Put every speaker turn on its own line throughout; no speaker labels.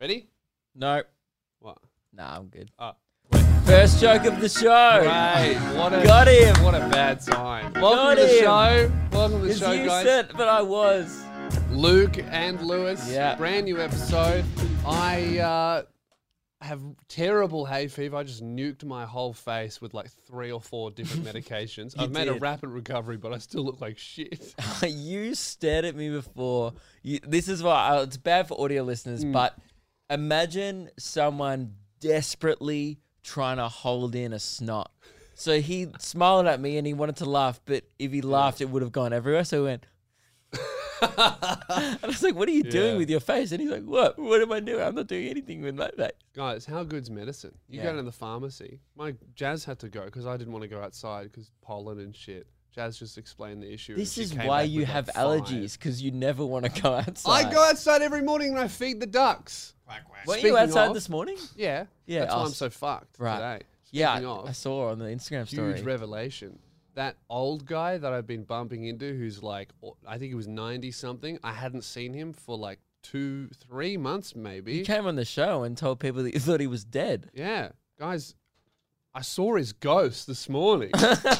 Ready?
No.
What?
Nah, I'm good.
Oh.
First joke of the show.
Hey, what a
Got him.
what a bad sign. Welcome
Got
to the
him.
show. Welcome to the
Because
show,
you
guys.
said, but I was.
Luke and Lewis.
Yeah.
Brand new episode. I uh, have terrible hay fever. I just nuked my whole face with like three or four different medications. I've made a
did.
rapid recovery, but I still look like shit.
you stared at me before. You, this is why uh, it's bad for audio listeners, but imagine someone desperately trying to hold in a snot. So he smiled at me and he wanted to laugh, but if he laughed, it would have gone everywhere. So he went. and I was like, "What are you doing
Yeah.
with your face?" And he's like, "What? What am I doing? I'm not doing anything with my face."
Guys, how good's medicine? You
Yeah.
go to the pharmacy. My Jazz had to go because I didn't want to go outside because pollen and shit. Jazz just explained the issue. and
This
she
is
came
why
back
you
with, like,
have
five.
allergies because you never want to go outside.
I go outside every morning and I feed the ducks.
Weren't you
Speaking
outside
of-
this morning?
Yeah.
Yeah,
That's why
I'll
I'm
s-
so fucked
Right.
today.
Yeah,
Speaking
I,
of,
I saw on the Instagram story.
huge revelation. That old guy that I've been bumping into, who's like, o- I think he was 90 something. I hadn't seen him for like two, three months
He
maybe.
came on the show and told people that he thought he was dead.
Yeah. Guys, I saw his ghost this morning.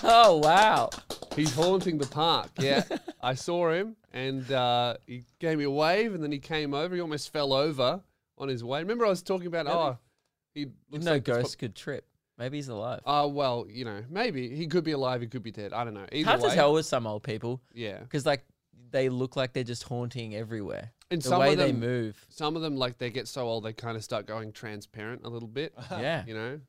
oh wow!
He's haunting the park. Yeah. I saw him and uh, he gave me a wave and then he came over. He almost fell over on his way. Remember, I was talking about, oh, he looks
no
like it's
ghost could trip. Maybe he's alive.
Uh, well, you know, maybe he could be alive, he could be dead. I don't know. Either
Hard
way,
to tell with some old people
yeah.
because like they look like they're just haunting everywhere.
And
the
some
way
of
they
them,
move.
some of them, like they get so old, they kind of start going transparent a little bit.
yeah.
you know.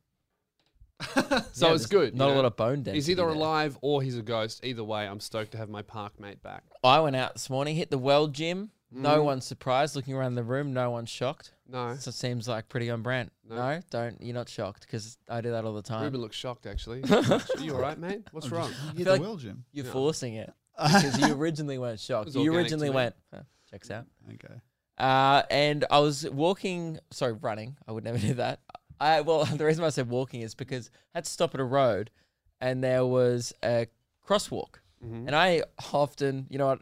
so
Yeah,
it's
there's
good. you
Not
know?
a lot of bone density.
He's either
there.
alive or he's a ghost. Either way, I'm stoked to have my park mate back.
I went out this morning, hit the world gym.
Mm.
No one's surprised. Looking around the room, no one's shocked.
No,
So it seems like pretty on brand. No,
No.
don't. You're not shocked because I do that all the time.
Ruben looks shocked. Actually, are you all right, mate? What's
I'm
wrong?
just- you hit
feel
the
like-
world gym.
You're
Yeah.
forcing it because you originally weren't shocked.
was
You
organic to
originally
me.
went, "Huh, checks out.
Okay.
Uh, and I was walking, sorry, running. I would never do that. I well, the reason why I said walking is because I had to stop at a road, and there was a crosswalk,
Mm-hmm.
and I often, you know what,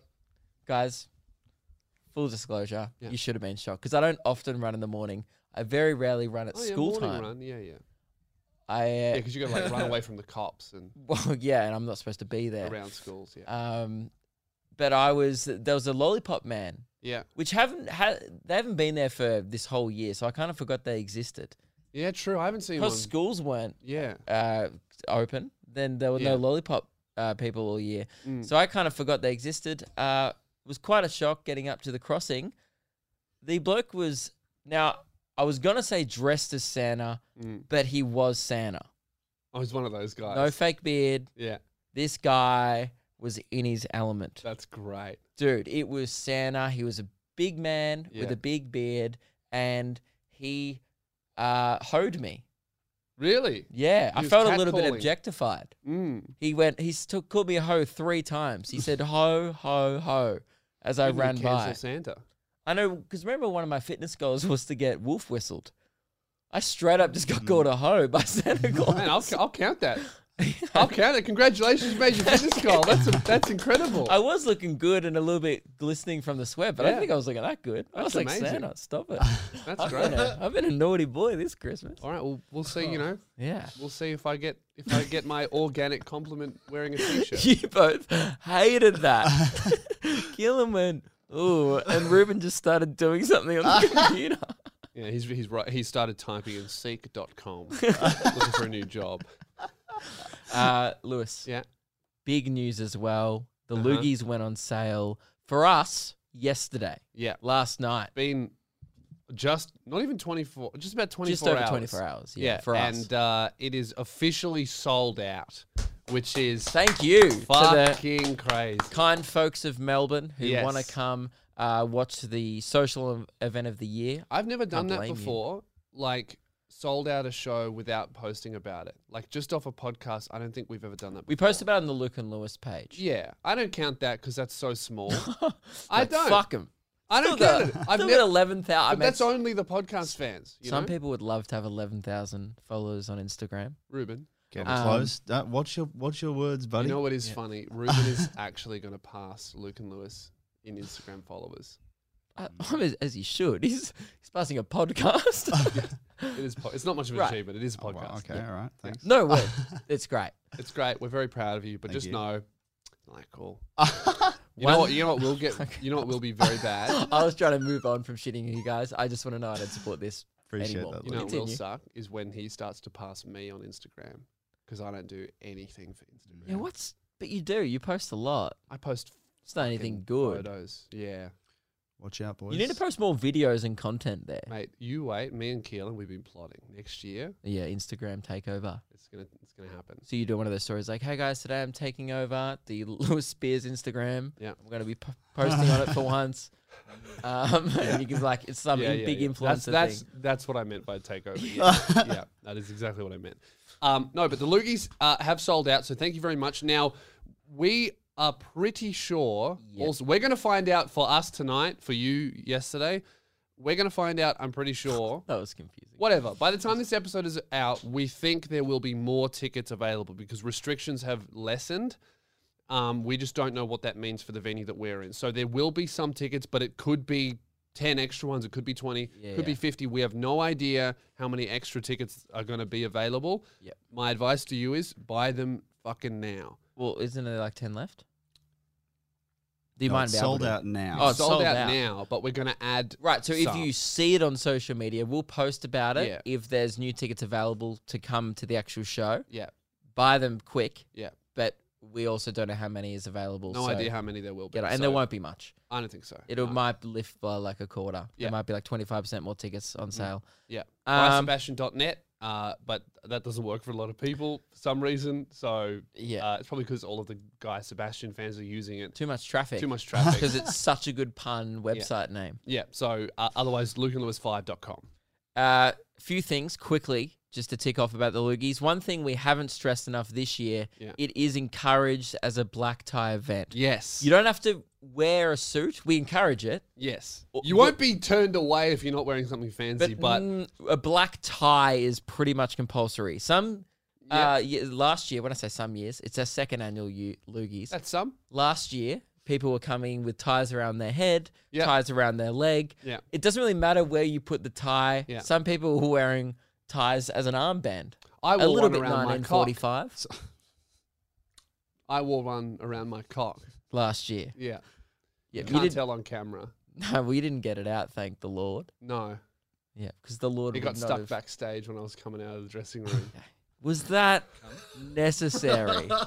guys, full disclosure,
Yeah.
you should have been shocked because I don't often run in the morning. I very rarely run at
Oh, yeah,
school
morning
time.
run. Yeah, yeah,
I uh,
yeah. Because you got to like run away from the cops and
well, yeah, and I'm not supposed to be there.
around schools. Yeah,
Um, but I was there was a lollipop man
yeah,
which haven't ha- they haven't been there for this whole year, so I kind of forgot they existed.
yeah. True. I haven't seen one.
Because schools weren't
Yeah,
uh, open, then there were
Yeah. Mm.
no lollipop uh, people all year, so I kind of forgot they existed. Uh, it was quite a shock getting up to the crossing. The bloke was now I was gonna say dressed as Santa,
Mm.
but he was Santa.
I was one of those guys.
No fake beard.
yeah,
This guy was in his element.
that's great.
dude, it was Santa. He was a big man with
Yeah.
a big beard, and he uh, hoed me.
Really?
Yeah, I
was
felt a little bit
catcalling.
objectified.
Mm.
He went, he took, called me a hoe three times. He said ho ho ho as I
Maybe we
ran
cancel
by.
Santa.
I know because remember one of my fitness goals was to get wolf whistled. I straight up just got called a hoe by Santa Claus.
Mm. Man, I'll, I'll count that. I'll count it. Congratulations, you made your fitness goal. That's a, that's incredible.
I was looking good and a little bit glistening from the sweat, but I
Yeah.
didn't think I was looking that good. I
That's
was like,
amazing.
Santa, stop it.
That's
I've been,
great.
a, I've been a naughty boy this Christmas.
All right, well, we'll see. You know,
Yeah.
we'll see if I get if I get my organic compliment wearing a t-shirt.
You both hated that. Gillen went, ooh, and Ruben just started doing something on the computer.
Yeah, he's he's right. He started typing in seek.com looking for a new job.
Uh, Lewis,
Yeah,
big news as well. The
Uh-huh.
loogies went on sale for us yesterday,
yeah.
last night.
Been just not even twenty four, just about twenty
Just
four
over
hours.
24 hours. Yeah, for us.
and uh, it is officially sold out, which is
Thank you to the
fucking crazy.
kind folks of Melbourne who
Yes.
want to come uh, watch the social ev- event of the year.
I've never done that
blame you.
before. Like sold out a show without posting about it. Like just off a podcast. I don't think we've ever done that.
We
before.
posted about it on the Luke and Lewis page.
Yeah, I don't count that because that's so small. I
Like,
don't.
Fuck them.
I don't
Still
count it.
got-
I've
still
never.
got eleven thousand.
But that's only the podcast fans. You
some
know?
people would love to have eleven thousand followers on Instagram.
Ruben.
Get
Um,
close. Uh, watch your watch your words, buddy.
You know what is funny? Ruben is actually going to pass Luke and Lewis in Instagram followers.
Uh,
Mm.
I, I mean, as he should. He's he's It's passing a podcast.
It is. Po- it's not much of an
Right.
achievement. It is a
Oh,
podcast.
wow, okay, all right, thanks.
no way. It's great.
It's great. We're very proud of you, but
Thank
just
you.
know, it's not that cool. you know what? You know what will get. You know what will be very bad.
I was trying to move on from shitting you guys. I just want to know I don't support this.
Appreciate
anymore.
that.
You know
Luke.
what will
Continue.
suck is when he starts to pass me on Instagram because I don't do anything for Instagram.
Yeah, what's but you do. You post a lot.
I post
It's not
fucking
anything good.
photos. Yeah,
Watch out, boys.
You need to post more videos and content there.
mate. You wait. Me and Keelan, we've been plotting. Next year,
Yeah, Instagram takeover.
it's gonna it's gonna happen.
So you do one of those stories like, "Hey guys, today I'm taking over the Lewis Spears Instagram.
Yeah.
I'm going to be p- posting on it for once." Um, and you can be like, "It's some
Yeah,
in-
yeah,
big
yeah.
influencer
That's that's,
thing."
that's what I meant by takeover. Yeah. yeah, that is exactly what I meant. Um, no, but the loogies uh, have sold out, so thank you very much. Now we are pretty sure.
Yep.
Also, we're going to find out for us tonight, for you yesterday. We're going to find out. I'm pretty sure.
That was confusing.
Whatever. By the time this episode is out, we think there will be more tickets available because restrictions have lessened. Um, we just don't know what that means for the venue that we're in. So there will be some tickets, but it could be 10 extra ones. It could be 20,
Yeah,
could be
yeah.
50. We have no idea how many extra tickets are going to be available.
Yep.
My advice to you is buy them fucking now.
Well, isn't there like ten left? Do you
No,
mind
it's
be able
sold
to-
out now.
Oh, it's sold out.
now, but we're going to add.
Right. So if
some.
you see it on social media, we'll post about it.
Yeah.
If there's new tickets available to come to the actual show,
Yeah.
buy them quick.
Yeah.
But we also don't know how many is available.
No
so
idea how many there will be.
Get it. And
so
there won't be much.
I don't think so.
It'll
No.
might lift by like a quarter.
Yeah. Mm.
There might be like twenty five percent more tickets on sale.
Yeah.
Um,
Sebastian.net, uh, but that doesn't work for a lot of people for some reason. So
Yeah.
uh, it's probably because all of the Guy Sebastian fans are using it.
Too much traffic.
Too much traffic.
Because it's such a good pun website name.
yeah. So uh, otherwise, lukeandlewis5.com.
A Uh, few things quickly, just to tick off about the Loogies. One thing we haven't stressed enough this year,
Yeah.
it is encouraged as a black tie event.
Yes.
You don't have to wear a suit. We encourage it.
yes.
Or-
You won't be turned away if you're not wearing something fancy,
But,
but,
mm, a black tie is pretty much compulsory. Some uh, ye- last year, when I say some years, it's our second annual U- Loogies.
that's some.
last year, people were coming with ties around their head,
Yeah.
ties around their leg.
Yeah.
It doesn't really matter where you put the tie.
Yeah.
Some people were wearing ties as an armband.
I wore
a little
one
bit
around my cock.
1945
I wore one around my cock.
last year.
Yeah. You
Yeah, you
can't
did,
tell on camera.
no, we didn't get it out, thank the Lord.
No.
Yeah, because the Lord
It
would
got
not
stuck
have-
backstage when I was coming out of the dressing room.
Was that necessary?
no,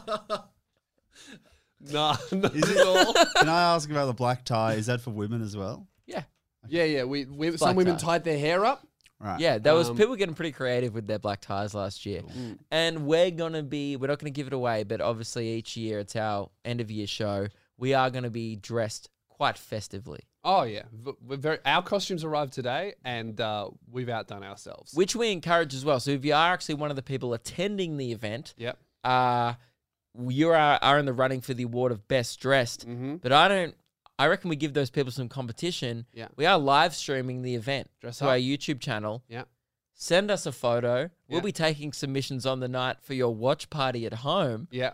not
Is it-
at all.
Can I ask about the black tie? Is that for women as well?
yeah.
Yeah, yeah. We, we some
black
women
tie.
tied their hair up.
Right.
Yeah, there was
Um,
people getting pretty creative with their black ties last year.
Mm.
And we're gonna be we're not gonna give it away, but obviously each year it's our end of year show. We are gonna be dressed quite festively.
Oh yeah, V- we're very, our costumes arrived today, and uh, we've outdone ourselves.
Which we encourage as well. So if you are actually one of the people attending the event,
yep.
uh you are are in the running for the award of best dressed.
Mm-hmm.
But I don't I reckon we give those people some competition.
Yeah.
We are live streaming the event
Dress
to
up.
our YouTube channel.
Yeah.
Send us a photo.
Yeah.
We'll be taking submissions on the night for your watch party at home.
Yeah.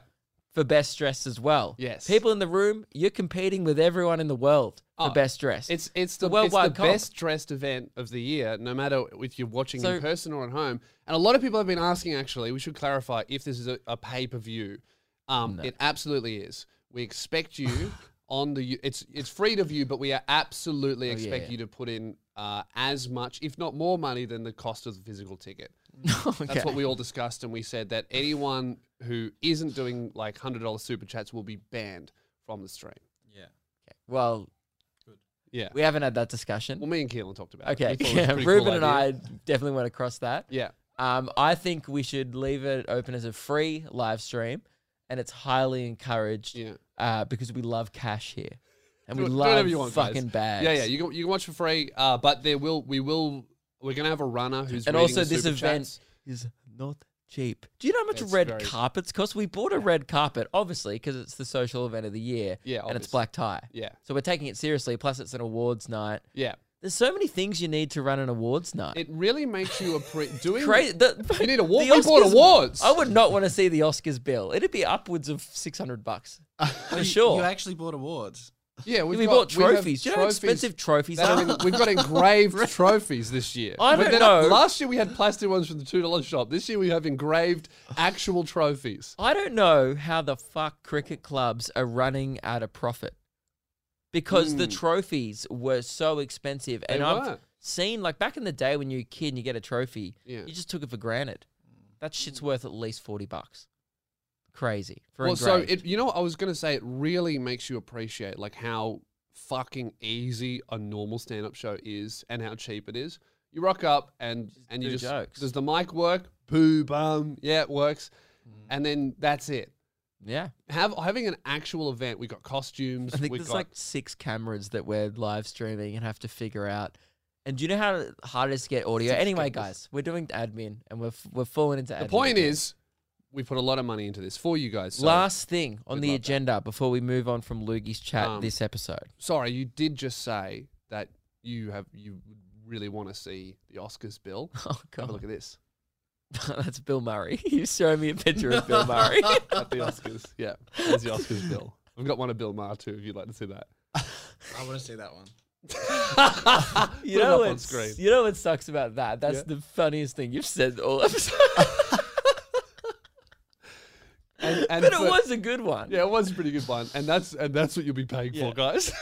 for best dressed as well.
Yes.
People in the room, you're competing with everyone in the world for
Oh,
best dressed.
It's it's the, it's the
worldwide comp.
best dressed event of the year, no matter if you're watching in
So-
person or at home. And a lot of people have been asking. Actually, we should clarify if this is a, a pay per view. Um, It absolutely is. We expect you on the. you- It's it's free to view, but we are absolutely expect
Oh, yeah.
you to put in uh, as much, if not more, money than the cost of the physical ticket. That's
Okay.
what we all discussed, and we said that anyone who isn't doing like hundred dollar super chats will be banned from the stream.
well,
Yeah.
we haven't had that discussion.
Well, me and Keelan talked about
okay.
it. We thought it. was a
Yeah,
pretty
Ruben
cool
and
idea.
I definitely went across that.
Yeah.
Um, I think we should leave it open as a free live stream, and it's highly encouraged
Yeah.
uh, because we love cash here, and we
Do- do
love
whatever you want, guys.
fucking bags.
Yeah, yeah. You can you can watch for free, uh, but there will we will we're gonna have a runner who's
and
reading
also,
the
this
super
event
chats.
is not cheap. Do you know how much
It's
red
very-
carpets cost? We bought a red carpet, obviously, because it's the social event of the year,
Yeah,
and it's
obviously.
black tie.
Yeah.
So we're taking it seriously. Plus, it's an awards night.
Yeah.
There's so many things you need to run an awards night.
It really makes you a pre doing
Crazy. The,
You need
the
award- we bought
Oscars-
awards.
I would not want to see the Oscars bill. It'd be upwards of six hundred bucks for
You-
sure.
You actually bought awards.
Yeah, we've
we
got,
bought
we have
trophies. Do you know how expensive trophies
that
are?
are in- we've got engraved trophies this year.
I
But
don't
then,
know.
Last year we had plastic ones from the two dollar shop. This year we have engraved actual trophies.
I don't know how the fuck cricket clubs are running at a profit because the
Mm.
trophies were so expensive.
They
and I've
were.
seen, like, back in the day when you were a kid and you get a trophy,
Yeah. Mm.
you just took it for granted. That shit's worth at least 40 bucks. Crazy. For
Well, so
engraved.
it, you know, what I was gonna say it really makes you appreciate like how fucking easy a normal stand-up show is and how cheap it is. You rock up and and you
do
just
jokes.
does the mic work? Boo bum, yeah, it works,
Mm.
and then that's it.
yeah.
Have having an actual event, we got costumes.
I think
we
there's
got,
like six cameras that we're live streaming and have to figure out. And do you know how hard it is to get audio?
Six
anyway,
cameras.
guys, we're doing admin and we're, f- we're falling into admin.
the point
again.
is, we put a lot of money into this for you guys. So
Last thing on
we'd
the
love that.
agenda before we move on from Lugie's chat
Um,
this episode.
sorry, you did just say that you have you really want to see the Oscars bill.
Oh
Have a
god,
look at this
that's Bill Murray. you show me a picture of Bill Murray.
at the Oscars. Yeah, there's the Oscars bill. I've got one of Bill Maher too. If you'd like to see that,
I want to see that one.
you
Put it
know
up on
what's-
screen.
You know what sucks about that? That's
Yeah.
the funniest thing you've said all episode.
and, and
but it
for-
was a good one.
Yeah, it was a pretty good one, and that's and that's what you'll be paying
Yeah.
for, guys.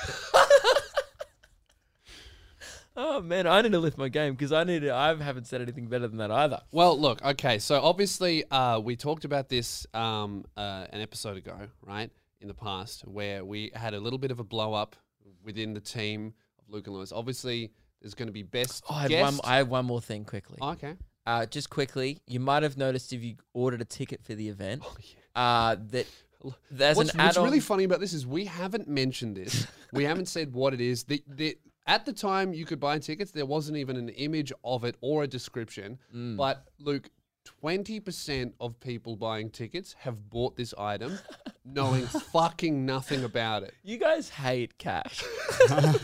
Oh man, I need to lift my game because I need to, I haven't said anything better than that either.
Well, look, okay, so obviously uh, we talked about this um, uh, an episode ago, right, in the past, where we had a little bit of a blow up within the team of Luke and Lewis. Obviously, there's going to be best
Oh, I have
guest. Oh,
one. I have one more thing quickly.
okay.
Uh, just quickly, you might have noticed if you ordered a ticket for the event
Oh, yeah.
uh, that there's
What's,
an
what's
add-on.
really funny about this is we haven't mentioned this. we haven't said what it is. The, the, at the time you could buy tickets, there wasn't even an image of it or a description.
Mm.
But Luke, twenty percent of people buying tickets have bought this item, knowing fucking nothing about it.
You guys hate cash.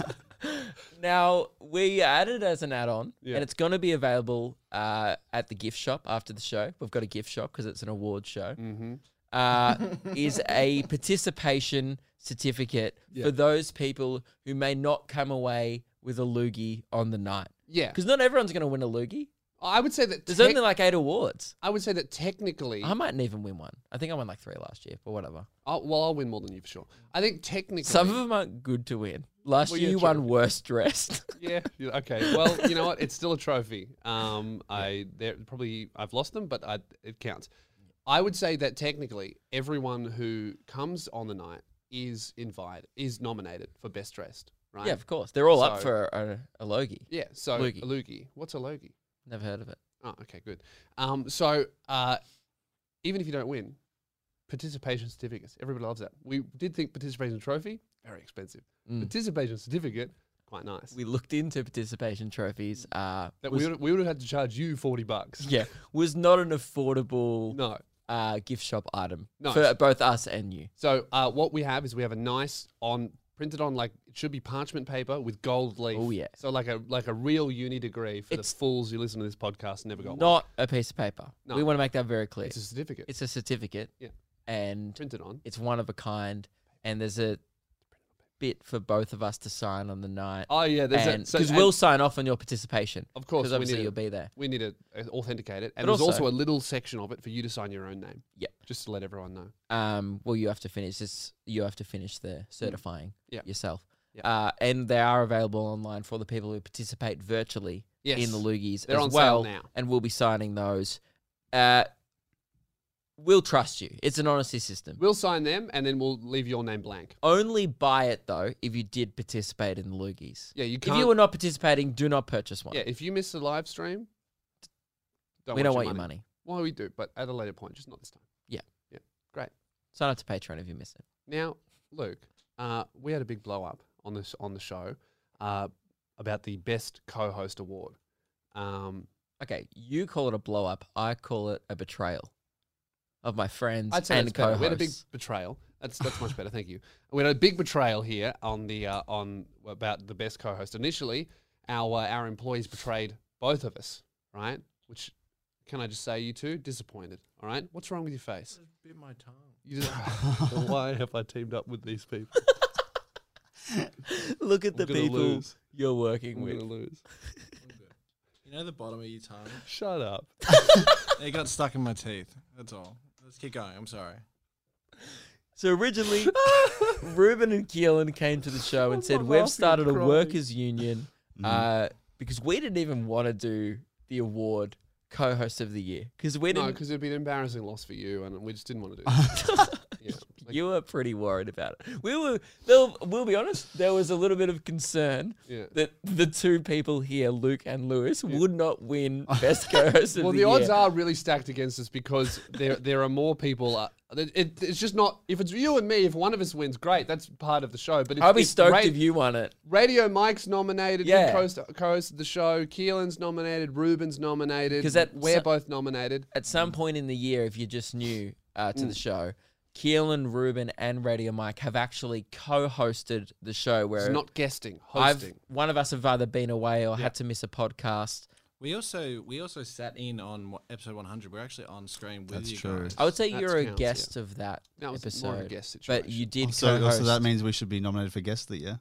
now we added as an add-on,
Yeah.
and it's going to be available uh, at the gift shop after the show. We've got a gift shop because it's an award show.
Mm-hmm.
Uh, is a participation certificate
Yeah.
for those people who may not come away with a loogie on the night.
Yeah,
Because not everyone's going to win a loogie.
I would say that.
There's
tec-
only Uh-huh. like eight awards.
I would say that technically,
I mightn't even win one. I think I won like three last year, but whatever.
I'll, well, I'll win more than you for sure. I think technically,
Some of them aren't good to win. Last
Well,
year
yeah,
you
true.
won worst dressed.
Yeah. yeah, Okay. Well, you know what? It's still a trophy. Um, I there probably I've lost them, but I, it counts. I would say that technically everyone who comes on the night is invited, is nominated for best dressed, right?
Yeah, of course. They're all up
So-
for a, a logie.
Yeah. So
Loogie.
a loogie. What's a loogie?
Never heard of it.
Oh, okay, good. Um, so uh, even if you don't win, participation certificates. Everybody loves that. We did think participation trophy very expensive.
Mm.
Participation certificate quite nice.
We looked into participation trophies. Uh,
Mm. that
was,
we would, we would have had to charge you forty bucks.
yeah, was not an affordable
No.
uh, gift shop item
Nice.
for both us and you.
So uh, what we have is we have a nice on printed on like it should be parchment paper with gold leaf.
Oh, yeah.
So like a like a real uni degree for
It's-
the fools who listen to this podcast and never got one.
Not a piece of paper.
No.
We want to make that very clear.
It's a certificate. It's
It's a certificate.
Yeah.
And
printed on.
it's one of a kind. And there's a bit for both of us to sign on the night.
Oh yeah, there's a,
Because
so, and
we'll sign off on your participation.
of course
Because
we
obviously
need
you'll
to,
be there.
we need to uh, authenticate it. And
But
there's
also-
also, a little section of it for you to sign your own name.
Yep.
Just to let everyone know.
Um, well, you have to finish this. You have to finish the certifying
Mm. Yeah.
yourself.
Yeah.
Uh, and they are available online for the people who participate virtually
Yes.
in the loogies
They're
as
on
well.
sale now.
And we'll be signing those. Uh, we'll trust you. It's an honesty system.
We'll sign them and then we'll leave your name blank.
Only buy it though if you did participate in the loogies.
Yeah, you
If
can't.
you were not participating, do not purchase one.
yeah, if you miss the live stream, don't
we don't want
want
your money.
Well, we do, but at a later point, just not this time.
Sign up to Patreon if you miss it.
Now, Luke, uh, we had a big blow up on this on the show uh, about the best co-host award. Um,
Okay, you call it a blow up. I call it a betrayal of my friends
I'd say
and
that's better.
co-hosts.
we had a big betrayal. That's that's much better. Thank you. We had a big betrayal here on the uh, on about the best co-host. Initially, our uh, our employees betrayed both of us, right? Which can I just say, you two disappointed. All right, what's wrong with your face?
Bit my tongue.
You just, why have I teamed up with these people?
Look at the
I'm gonna
people
lose.
you're working
I'm gonna
with.
lose.
You know the bottom of your tongue?
Shut up.
It got stuck in my teeth. That's all. Let's keep going. I'm sorry.
So originally, Ruben and Keelan came to the show and said,
I'm
We've
laughing
started a
and crying."
workers' union
Mm-hmm.
uh, because we didn't even want to do the award co host of the year because we
No,
didn't.
because it'd be an embarrassing loss for you, and we just didn't want to do that. yeah. Like,
you were pretty worried about it. We were, though, we'll be honest, there was a little bit of concern
yeah.
that the two people here, Luke and Lewis, would not win best co host of
Well,
the,
the, odds
year.
are really stacked against us because there there are more people. Uh, it, it- it's just not. If it's you and me, if one of us wins, great. That's part of the show. But if,
I'll be
if
stoked
Ra-
if you won it.
Radio Mike's nominated.
Yeah.
Yeah. Co-hosted the show. Keelan's nominated. Ruben's nominated.
'Cause that-
we're
so-
both nominated.
at some point in the year, if you're just new uh, to the
Mm.
show, Keelan, Ruben, and Radio Mike have actually co-hosted the show where
It's not guesting.
I've
Hosting.
one of us have either been away or had to miss a podcast.
We also we also sat in on what, episode 100. We're actually on screen with
That's
you
true.
guys.
I would say
That's
you're a
counts, yeah.
guest of that,
That was
episode,
more of a guest situation.
but you did
Oh, So,
co-host. Mm,
so that means we should be nominated for guest of the year.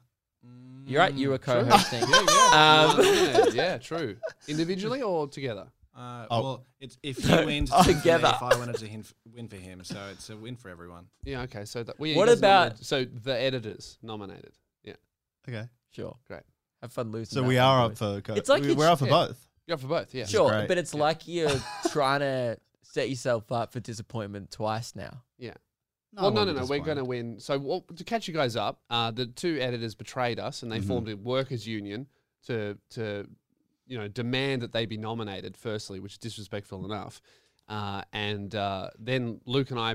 you're right. You were
Sure.
co-hosting.
Well,
um,
nominated, yeah, true. Individually or together?
Uh,
Oh.
Well, it's if he wins it's a win for me,
Together.
If I wanted to hin- win for him, so it's a win for everyone.
Yeah, okay. So that, well, yeah, you
What
guys are
about-
nominated. so the editors nominated? Yeah,
Okay.
sure.
Great.
Have fun losing.
So
that
we
one,
are
boys.
up for co-
It's like
we-
it's-
we're up for
yeah.
both.
go for both. Yeah,
Sure,
great.
but it's
Yeah.
like you're trying to set yourself up for disappointment twice now. Oh,
Well, no, no,
I won't
no.
be
We're going to
disappointed.
win. So well, to catch you guys up, uh, the two editors betrayed us, and they
Mm-hmm.
Mhm.
formed a workers' union to to you know demand that they be nominated. Firstly, which is disrespectful enough, uh, and uh, then Luke and I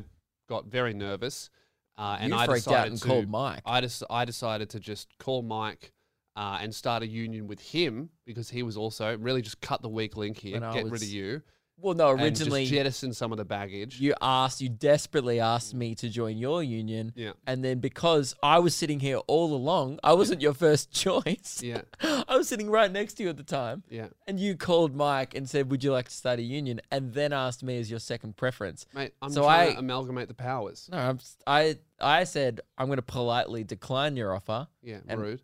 got very nervous, uh, and
you
I
freaked
decided
out and
to.
called Mike.
I des- I decided to just call Mike. Uh, and start a union with him because he was also really just cut the weak link here,
When I
get
was
rid of you,
well, no,
and just
originally
jettison some of the baggage.
you asked, you desperately asked me to join your union.
Yeah.
And then because I was sitting here all along, I wasn't your first choice.
Yeah,
I was sitting right next to you at the time.
yeah,
And you called Mike and said, Would you like to start a union? And then asked me as your second preference.
mate. I'm
So
trying to
I-
amalgamate the powers.
No, I'm, s- I, I said, I'm going to politely decline your offer.
Yeah,
And-
rude.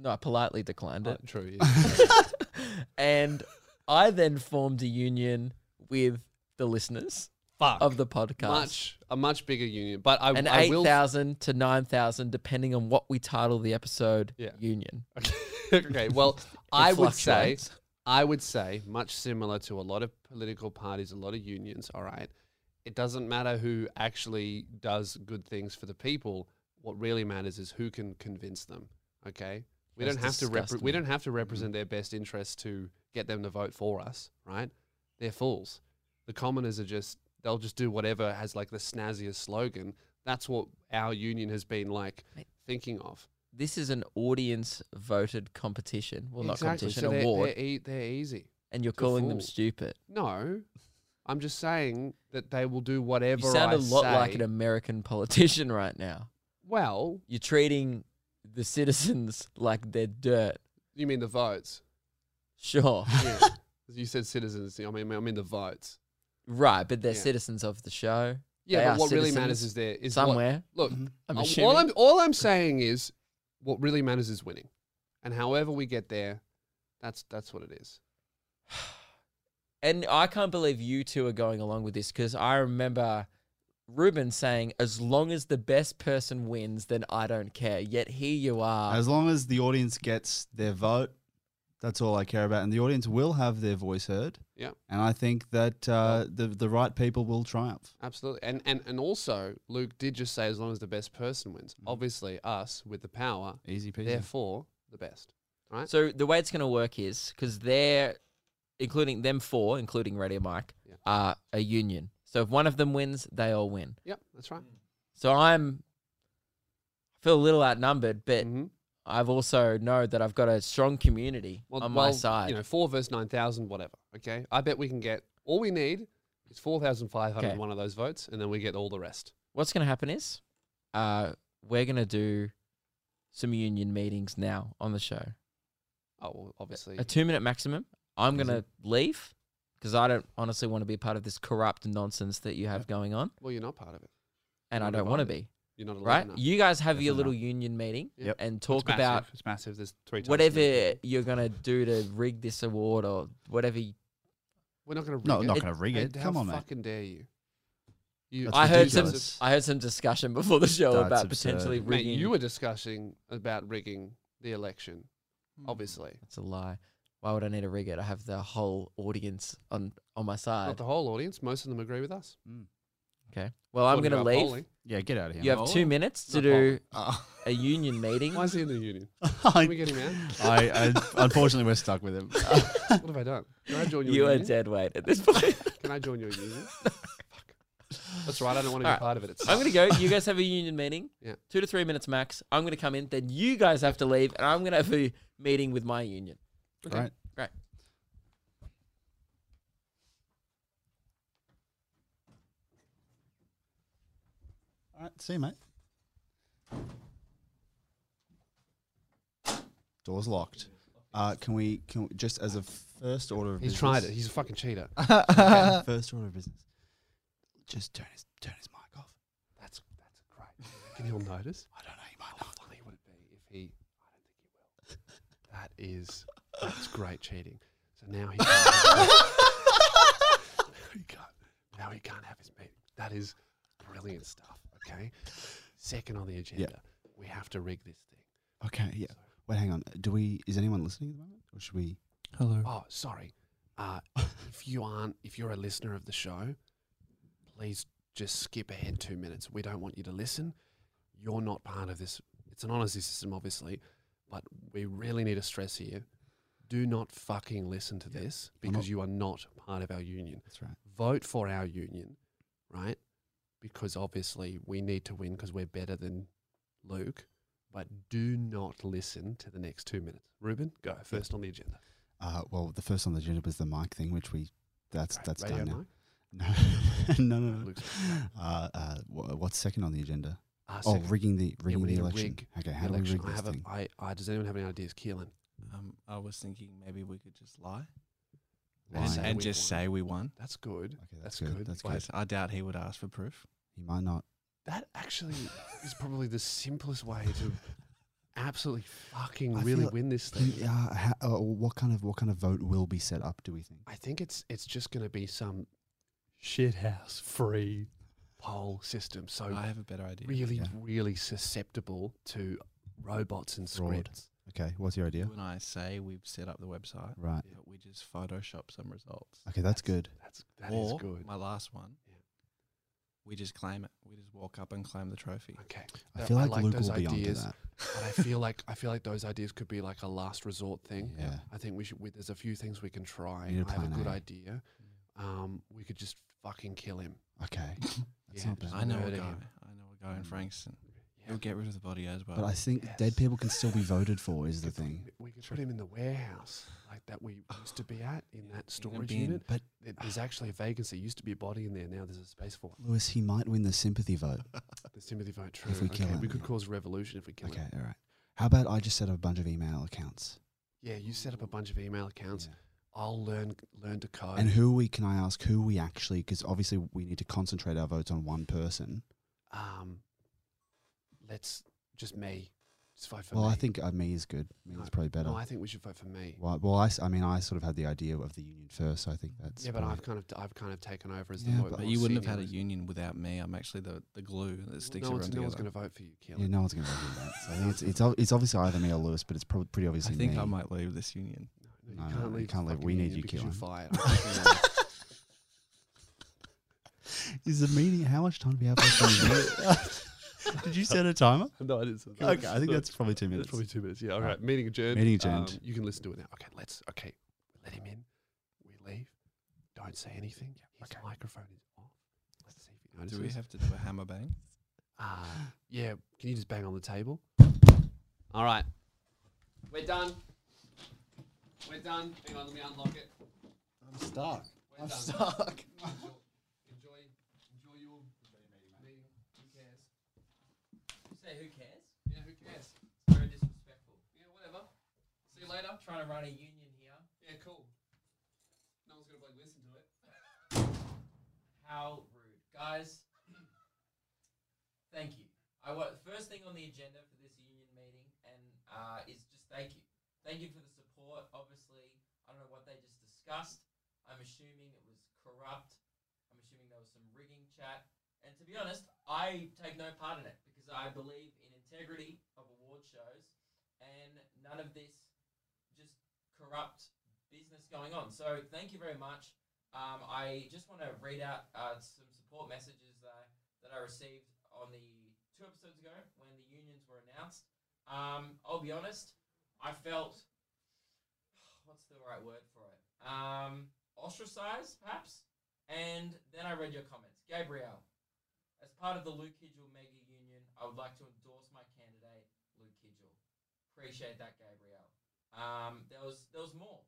No, I politely declined
Uh,
it.
true. Yeah.
And I then formed a union with the listeners
Fuck.
of the podcast.
much a much bigger union, but I,
an
I will.
8,000 to 9,000, depending on what we title the episode,
Yeah.
union.
okay, well, I would say
fluctuates.
I would say much similar to a lot of political parties, a lot of unions. All right, it doesn't matter who actually does good things for the people. What really matters is who can convince them. Okay, we
That's
don't have to repre-
disgusting. Mm-hmm.
we don't have to represent their best interests to get them to vote for us. Right? They're fools. The commoners are just they'll just do whatever has like the snazziest slogan. That's what our union has been like
Mate.
thinking of.
This is an audience voted competition. Well, not competition,
So they're,
award.
They're, ea- they're easy.
and you're
to a
calling them
fool.
stupid.
No, I'm just saying that they will do whatever.
You sound
I
a lot
say.
like an American politician right now.
Well,
You're treating the citizens like they're dirt.
you mean the votes?
Sure.
Yeah. you said citizens. I mean, I mean the votes.
right, but they're
Yeah.
citizens of the show. They
Yeah,
are
but what really
citizens
matters is there is what-
somewhere.
look,
Mm-hmm.
I'm
uh,
assuming.
all I'm all I'm saying is what really matters is winning, and however we get there, that's that's what it is.
and I can't believe you two are going along with this because I remember Ruben saying, as long as the best person wins, then I don't care. Yet here you
Uh,
are.
As long as the audience gets their vote, that's all I care about, and the audience will have their voice heard.
Yeah.
And I think that uh, the the right people will triumph.
Absolutely. And, and and also Luke did just say as long as the best person wins.
Mm-hmm.
Obviously us with the power,
Easy peasy.
therefore the best. right?
So the way it's going to work is because they're, including them four, including Radio Mike,
Yeah.
are a union. So if one of them wins, they all win.
Yep, that's right.
So I'm feel a little outnumbered, but
Mhm.
I've also know that I've got a strong community on my side.
You know, four versus nine thousand, whatever. Okay, I bet we can get all we need is four thousand five hundred
Okay.
one of those votes, and then we get all the rest.
What's going to happen is, uh, we're going to do some union meetings now on the show.
Oh, well, obviously.
A two minute maximum. I'm
Easy.
going to leave because I don't honestly want to be a part of this corrupt nonsense that you have going on.
well, you're not part of it.
and I
Not
don't want to
invited.
be.
You're not allowed
right?
in that.
You guys have your
Definitely
little union meeting
Yep.
and
It's
talk
massive.
about
it's massive. There's three. times
whatever
more.
you're gonna do to rig this award or whatever. you-
We're not going to.
No,
it.
not going to rig
How-
it.
How
Come on, man.
fucking dare you? You.
That's
I heard some.
ridiculous.
I heard some discussion before the show
That's
about
absurd.
potentially
Mate,
rigging.
you were discussing about rigging the election.
Hmm.
Obviously,
That's a lie. Why would I need to rig it? I have the whole audience on on my
not
side.
the whole audience. Most of them agree with us.
Okay. Well, I'm
According
gonna
to our
leave.
polling.
Yeah, get out of here.
You have two
Polling?
minutes to
Not
do
Oh.
a union meeting.
Why is he in the union? Can we
I,
get him out?
I, unfortunately, we're stuck with him.
What have I done? Can I join your
You are
union?
dead weight at this point.
Can I join your union? Fuck. That's right. I don't want to be
Alright.
part of it. It's
I'm gonna go. You guys have a union meeting.
Yeah.
Two to three minutes max. I'm gonna come in. Then you guys have to leave, and I'm gonna have a meeting with my union.
Okay.
Right.
Great.
All right. See you, mate. Door's locked. Uh, can we? Can we, just as a first order of
He's
business,
tried it. He's a fucking cheater.
Okay, first order of business. Just turn his turn his mic off.
That's that's great. Can you all notice?
I don't know. You might
How funny would it be if he? I don't think he will. That is that's great cheating. So now he can't. he can't now he can't have his meeting. That is brilliant stuff. Okay. Second on the agenda, we have to rig this thing.
Okay. Yeah. Wait. Hang on. Do we? Is anyone listening at the moment, or should we?
Hello.
Oh, sorry. Uh, if you aren't, if you're a listener of the show, please just skip ahead two minutes. We don't want you to listen. You're not part of this. It's an honesty system, obviously, but we really need to stress here. Do not fucking listen to this
I'm not-
because you are not part of our union.
That's right.
Vote for our union, right? Because obviously we need to win because we're better than Luke. But do not listen to the next two minutes. Ruben, go first on the agenda.
Uh, well, the first on the agenda was the mic thing, which we that's
Right,
that's
Radio
done now.
Mike?
No, no, no. no.
Luke's-
Uh, uh, wha- what's second on the agenda?
Ah,
Oh,
second.
rigging the rigging
we need
the
to
election.
rig
okay, how
election.
do we
I
rig this
have a-
thing?
I- I- does anyone have any ideas, Keelan?
Um, I was thinking maybe we could just lie
I
and,
say
and
we
just
won.
say we won.
That's good. that's
Okay, that's,
good.
good. That's
Why-
good.
Because I doubt he would ask for proof.
He might not.
That actually is probably the simplest way to absolutely fucking
I
really
feel-
win this thing.
Yeah. ha- uh, what kind of what kind of vote will be set up? Do we think?
I think it's it's just going to be some shithouse free poll system. So
I have a better idea.
really,
Yeah.
really susceptible to robots and
Fraud.
scripts.
Okay. What's your idea?
You and I say we've set up the website,
Right.
but we just Photoshop some results.
Okay. That's good.
That's that is
or
good.
my last one,
Yeah.
we just claim it. We just walk up and claim the trophy.
Okay,
I
that-
feel
I
like,
like
Luke
those
will be onto
ideas.
that.
but I feel like I feel like those ideas could be like a last resort thing.
Yeah.
I think we should. We, there's a few things we can try.
We need a
I have a
plan
good
A.
idea. Um, we could just fucking kill him.
Okay. That's
Yeah,
not bad.
just
I know a
murder
guy.
him.
I know a guy in
Mm.
Frankston.
Yeah.
He'll get rid of the body as well.
But I think dead
Yes.
people can still be voted for. Is the
We could put
thing.
him- We could put him in the warehouse like that we used to be at in
Yeah, in
that
a
storage
bin.
unit.
But-
There- there's actually a vacancy. Used to be a body in there. Now there's a space for it.
Lewis, he might win the sympathy vote.
The sympathy vote. True.
If we kill
okay, we
him,
could
yeah.
cause a revolution if we kill
Okay,
him.
all right. How about I just set up a bunch of email accounts?
Yeah, you set up a bunch of email accounts.
Yeah.
I'll learn learn to code.
And who are we, can I ask, who we actually, because obviously we need to concentrate our votes on one person.
um, let's just me. Just vote for
well,
me.
I think uh, me is good. Me
No,
is probably better.
No, I think we should vote for me.
well, well I, s- I mean, I sort of had the idea of the union first, so I think that's.
yeah, but
probably-
I've kind of I've kind of taken over as the
Yeah,
more,
but
But
more
you wouldn't have had a
senior-
union without me. I'm actually the, the glue that sticks
no one's, no
everyone
one's
together.
going to vote for you, Keelan.
Yeah, no one's going to do that. So I think it's, it's, ob- it's obviously either me or Lewis, but it's probably pretty
I
obviously
think
me.
I might leave this union.
No,
No, no, you
the
can't leave.
fucking
We need
union
you,
because you're
Keelan.
fired. I'm fucking out.
Is the meeting, how much time do we have left on the meeting? Did you set a timer?
no, I didn't say that.
Okay, I think that's probably two
That's
minutes.
probably two minutes. Yeah, all right. Meeting adjourned.
Meeting adjourned.
Um, you can listen to it now. Okay, let's. Okay, let him in. We leave. Don't say anything. His microphone is off. Let's see if he notices.
Do we have to do a hammer bang?
Uh, yeah, can you just bang on the table? All right. We're done. We're done. Hang on, let me unlock it.
I'm stuck.
We're done.
stuck.
Enjoy, enjoy, enjoy your meeting. Who cares?
Say who cares?
Yeah, who cares?
It's very disrespectful.
Yeah, whatever. See you later.
trying to run a union here.
Yeah, cool. No one's gonna bloody listen to it.
How rude, guys! Thank you. I I want first thing on the agenda for this union meeting and uh, is just thank you, thank you for the support. Obviously, I don't know what they just discussed. I'm assuming it was corrupt. I'm assuming there was some rigging chat. And to be honest, I take no part in it because I believe in integrity of award shows and none of this just corrupt business going on. So thank you very much. Um, I just want to read out uh, some support messages that I, that I received on the two episodes ago when the unions were announced. Um, I'll be honest, I felt what's the right word for it? Um, ostracized, perhaps. And then I read your comments, Gabrielle. As part of the Luke Hidgel mega union, I would like to endorse my candidate, Luke Hidgel. Appreciate that, Gabrielle. Um, there was there was more.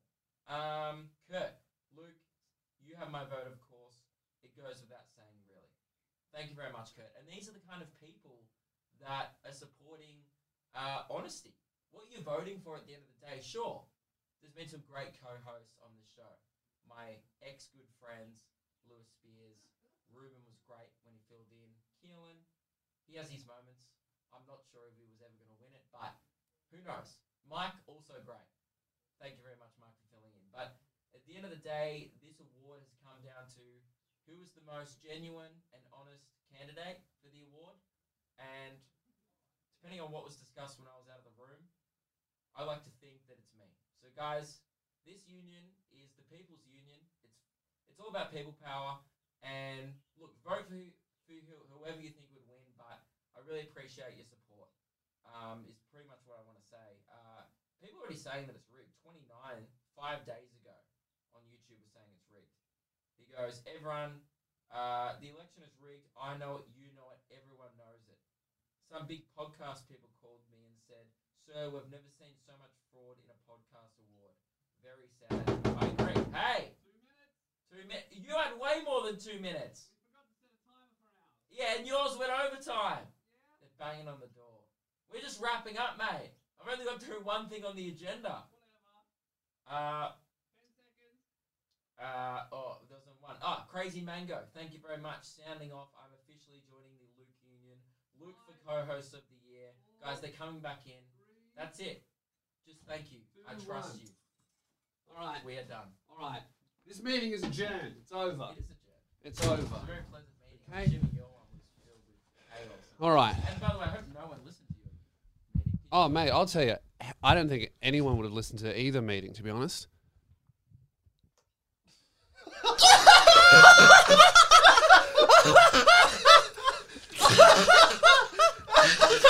Um, Kurt, Luke, you have my vote, of course. It goes without saying, really. Thank you very much, Kurt. And these are the kind of people that are supporting uh, honesty. What you're voting for at the end of the day, sure. There's been some great co-hosts on the show. My ex-good friends, Lewis Spears. Ruben was great when he filled in. Keelan, he has his moments. I'm not sure if he was ever going to win it, but who knows? Mike, also great. Thank you very much, Mike, for filling in. But at the end of the day, this award has come down to who is the most genuine and honest candidate for the award. And depending on what was discussed when I was out of the room, I like to think that it's me. So, guys, this union is the people's union. It's it's all about people power. And look, vote for, who, for who- whoever you think would win. But I really appreciate your support. Um, is pretty much what I want to say. Uh, people are already saying that it's rigged. Twenty nine five days ago on YouTube was saying it's rigged. He goes, everyone, uh, the election is rigged. I know it. You know it. Everyone knows it. Some big podcast people called me and said, Sir, we've never seen so much fraud in a podcast award. Very sad. I agree. Hey! Two minutes? Two minutes. You had way more than two minutes. We forgot to set a timer for an hour. Yeah, and yours went overtime. Yeah. They're banging on the door. We're just wrapping up, mate. I've only got through one thing on the agenda. Uh, uh, oh, there was one. Ah, Crazy Mango. Thank you very much. Sounding off. I'm officially joining the Luke Union. Luke for co-host of the year. Guys, they're coming back in. That's it. Just thank you. I
Two,
trust
one.
you.
All right,
We are done.
all right. This meeting is adjourned. It's over.
It is adjourned.
It's
It was a
over.
very pleasant meeting.
Okay.
I'm assuming your one was filled with chaos.
All right.
And by the way, I hope no one listened to your meeting. Did you?
Oh, mate, I'll tell you, I don't think anyone would have listened to either meeting, to be honest.